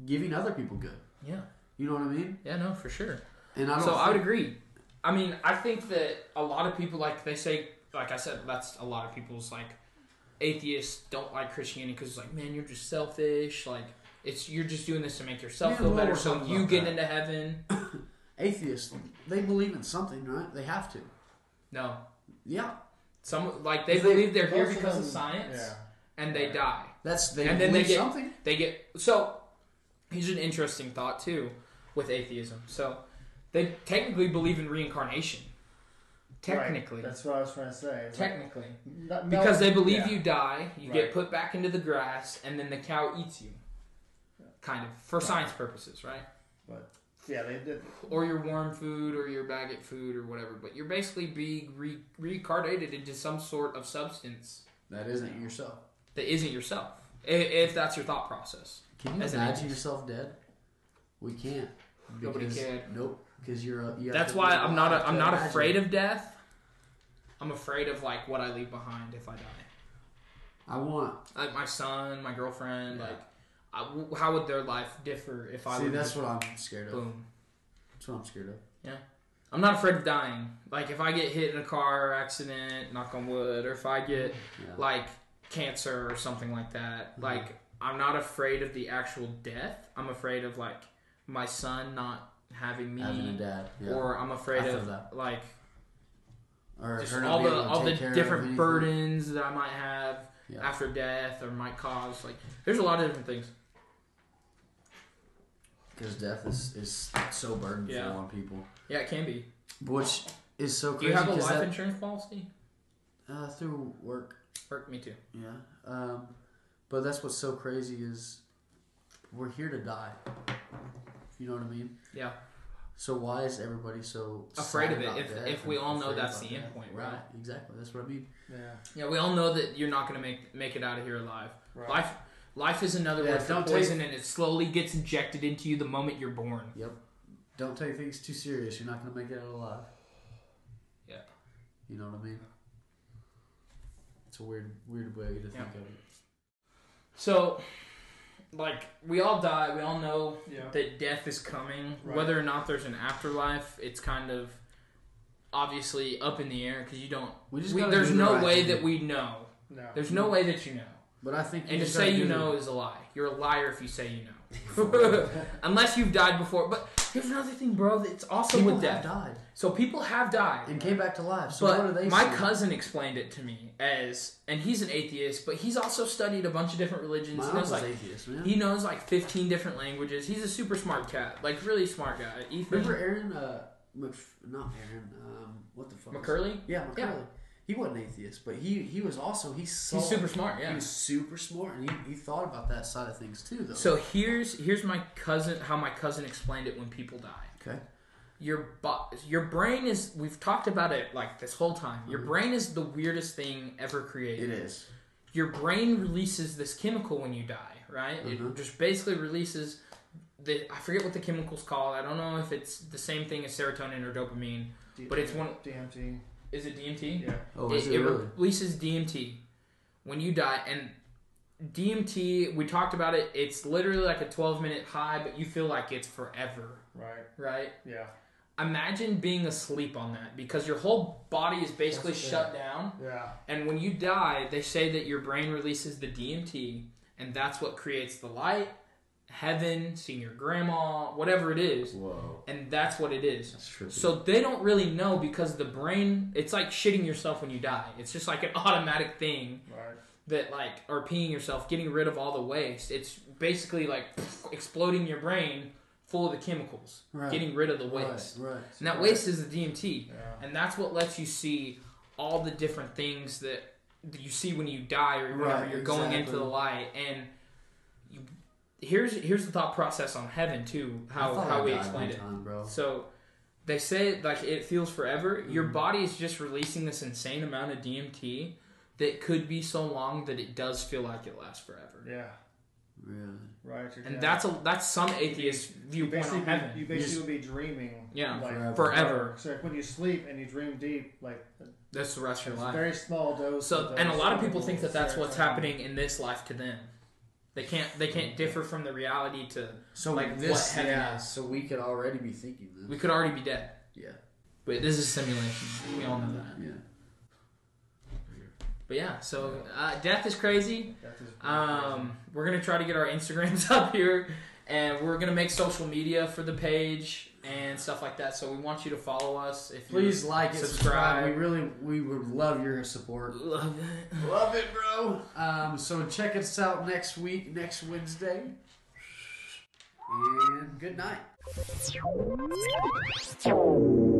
S2: giving other people good.
S1: Yeah.
S2: You know what I mean?
S1: Yeah. No, for sure.
S2: And I don't.
S1: so I would
S2: think-
S1: agree. I mean, I think that a lot of people like they say, like I said, that's a lot of people's like atheists don't like Christianity because it's like, man, you're just selfish. Like it's you're just doing this to make yourself
S2: Yeah,
S1: feel
S2: well,
S1: better,
S2: we're
S1: so
S2: talking
S1: you
S2: about
S1: get
S2: that.
S1: into heaven.
S2: atheists they believe in something, right? They have to.
S1: No,
S2: Yeah,
S1: some like they
S2: Because they-
S1: believe they're here
S3: Most of
S1: because of
S3: them-
S1: science,
S3: Yeah.
S1: and they die.
S2: that's they
S1: And then
S2: believe
S1: they get-
S2: something.
S1: They get so. Here's an interesting thought too, with atheism. So they technically believe in reincarnation. Technically,
S3: Right. That's what I was trying to say. It's like,
S1: technically.
S3: not- no-
S1: Because they believe
S3: yeah.
S1: you die, you get
S3: Right.
S1: put back into the grass, and then the cow eats you. Kind of. For science purposes, right?
S3: Yeah, they did.
S1: Or your warm food or your maggot food or whatever. But you're basically being re- reincarnated into some sort of substance
S2: That isn't yourself.
S1: that isn't yourself. i- If that's your thought process.
S2: Can you
S1: As an
S2: imagine
S1: atheist.
S2: yourself dead? We can't.
S1: Nobody
S2: Because-
S1: can.
S2: Nope. Because you're. A, you have
S1: That's
S2: to-
S1: why
S2: you're
S1: I'm not
S2: alive
S1: a, I'm
S2: to
S1: not
S2: imagine.
S1: afraid of death. I'm afraid of like what I leave behind if I die.
S2: I want.
S1: Like my son, my girlfriend,
S2: Yeah.
S1: like I, w- how would their life differ if I
S2: See,
S1: were
S2: that's
S1: to-
S2: what I'm scared of.
S1: boom.
S2: That's what I'm scared of.
S1: I'm not afraid of dying. Like if I get hit in a car accident, knock on wood, or if I get
S2: Yeah.
S1: like cancer or something like that,
S2: Mhm.
S1: like I'm not afraid of the actual death. I'm afraid of like my son not having me,
S2: Having a dad. Yeah.
S1: or I'm afraid
S2: I feel
S1: of
S2: that.
S1: like
S2: or
S1: just
S2: her not
S1: all
S2: being
S1: the
S2: able to
S1: all the
S2: take care of
S1: different
S2: anything.
S1: burdens that I might have
S2: Yeah.
S1: after death or might cause. Like there's a lot of different things.
S2: Because death is, is so burdenful
S1: Yeah.
S2: on people,
S1: Yeah, it can be.
S2: which is so
S1: Do
S2: crazy.
S1: you have a
S2: 'cause
S1: life
S2: that-
S1: insurance policy?
S2: uh, through work,
S1: Work me too.
S2: yeah. Um, but that's what's so crazy is we're here to die. You know what I mean?
S1: Yeah.
S2: So why is everybody so
S1: Afraid
S2: sad
S1: of it,
S2: about
S1: if-
S2: death
S1: if
S2: and
S1: we all know
S2: afraid
S1: that's
S2: about
S1: the end
S2: death?
S1: point,
S2: right? Exactly. That's what I mean.
S3: Yeah.
S1: Yeah, we all know that you're not gonna make make it out of here alive.
S3: Right.
S1: Life, life is another
S2: Yeah,
S1: word for
S2: don't take-
S1: poison, and it slowly gets injected into you the moment you're born.
S2: Don't take things too serious. You're not going to make it out alive.
S1: Yeah.
S2: You know what I mean? It's a weird, weird way to think
S1: Yeah.
S2: of it.
S1: So, like, we all die. We all know
S3: Yeah.
S1: that death is coming.
S3: Right.
S1: Whether or not there's an afterlife, it's kind of obviously up in the air because you don't.
S2: We just
S1: we-
S2: gotta
S1: there's
S2: do the
S1: no
S2: right
S1: way
S2: thing.
S1: that we know.
S3: No.
S1: There's no way that you know.
S2: But I think we
S1: And to
S2: just gotta
S1: say you
S2: do the-
S1: know is a lie. You're a liar if you say you know. Unless you've died before. But here's another thing, bro. that It's also
S2: people
S1: with
S2: have
S1: death.
S2: died
S1: So people have died.
S2: and came back to life. So
S1: but
S2: what are they?
S1: my
S2: saying?
S1: cousin explained it to me as, and he's an atheist, but he's also studied a bunch of different religions.
S2: my
S1: he knows
S2: uncle's
S1: like
S2: atheist, man.
S1: he knows like fifteen different languages. He's a super smart cat, like really smart guy. Ethan
S2: Remember Aaron? Uh, Mc- not Aaron. Um, what the fuck? was-
S1: McCurley,
S2: Yeah, McCurley.
S1: Yeah.
S2: He wasn't an atheist, but he he was also he saw,
S1: he's super smart.
S2: he
S1: Yeah.
S2: was super smart, and he, he thought about that side of things too, though.
S1: So here's here's my cousin how my cousin explained it when people die.
S2: okay,
S1: Your bo- your brain is we've talked about it like this whole time. Your brain is the weirdest thing ever created.
S2: it is.
S1: your brain releases this chemical when you die, right? It
S2: Mhm.
S1: just basically releases the I forget what the chemical's called. I don't know if it's the same thing as serotonin or dopamine,
S3: D-
S1: but it's one-
S3: DMT.
S1: is it DMT?
S3: Yeah.
S2: Oh, is it,
S1: it
S2: really?
S1: releases DMT when you die and DMT, we talked about it, it's literally like a 12 minute high, but you feel like it's forever,
S3: Right.
S1: right?
S3: Yeah.
S1: Imagine being asleep on that because your whole body is basically
S3: That's-
S1: shut down.
S3: Yeah.
S1: And when you die, they say that your brain releases the DMT, and that's what creates the light, heaven, seeing your grandma, whatever it is.
S2: Whoa.
S1: And that's what it is.
S2: That's trippy.
S1: So they don't really know because the brain, it's like shitting yourself when you die. It's just like an automatic thing
S3: Right.
S1: that like, or peeing yourself, getting rid of all the waste. It's basically like pff, exploding your brain full of the chemicals,
S2: Right.
S1: getting rid of the
S2: right,
S1: waste.
S2: right.
S1: And that waste is the DMT.
S3: Yeah.
S1: And that's what lets you see all the different things that that you see when you die or whenever
S2: Right,
S1: you're going into
S2: exactly.
S1: the light. And you, here's here's the thought process on heaven too, how
S2: I thought
S1: how
S2: I
S1: we
S2: died
S1: explained it.
S2: one time, bro.
S1: So they say like it feels forever.
S2: Mm.
S1: Your body is just releasing this insane amount of DMT that could be so long that it does feel like it lasts forever.
S3: Yeah.
S2: Really?
S3: Right. you're
S1: And
S3: dead.
S1: that's a that's some atheist viewpoint
S3: basically
S1: on heaven.
S3: you
S2: Yes.
S3: basically would be dreaming.
S1: Yeah,
S3: Like,
S1: forever.
S3: So like when you sleep and you dream deep, like
S1: That's the rest of
S3: it's
S1: your
S3: a
S1: life.
S3: very small dose.
S1: So,
S3: of
S1: and a
S3: those
S1: lot of people think that
S3: chemicals,
S1: that's what's
S3: serotonin.
S1: happening in this life to them. They can't they can't differ from the reality to
S2: So
S1: Like,
S2: this,
S1: what heaven
S2: yeah.
S1: is.
S2: So we could already be thinking this.
S1: we could already be dead.
S2: yeah.
S1: But this is simulation. We all know that.
S2: Yeah.
S1: But yeah, so uh, death is crazy.
S3: That is
S1: Um, we're gonna try to get our Instagrams up here, and we're gonna make social media for the page and stuff like that. So we want you to follow us. If you
S2: Please like it, subscribe.
S1: subscribe.
S2: We really, we would love your support.
S1: love it.
S2: Love it, bro. Um, so check us out next week, next Wednesday. And good night.
S4: Tchau.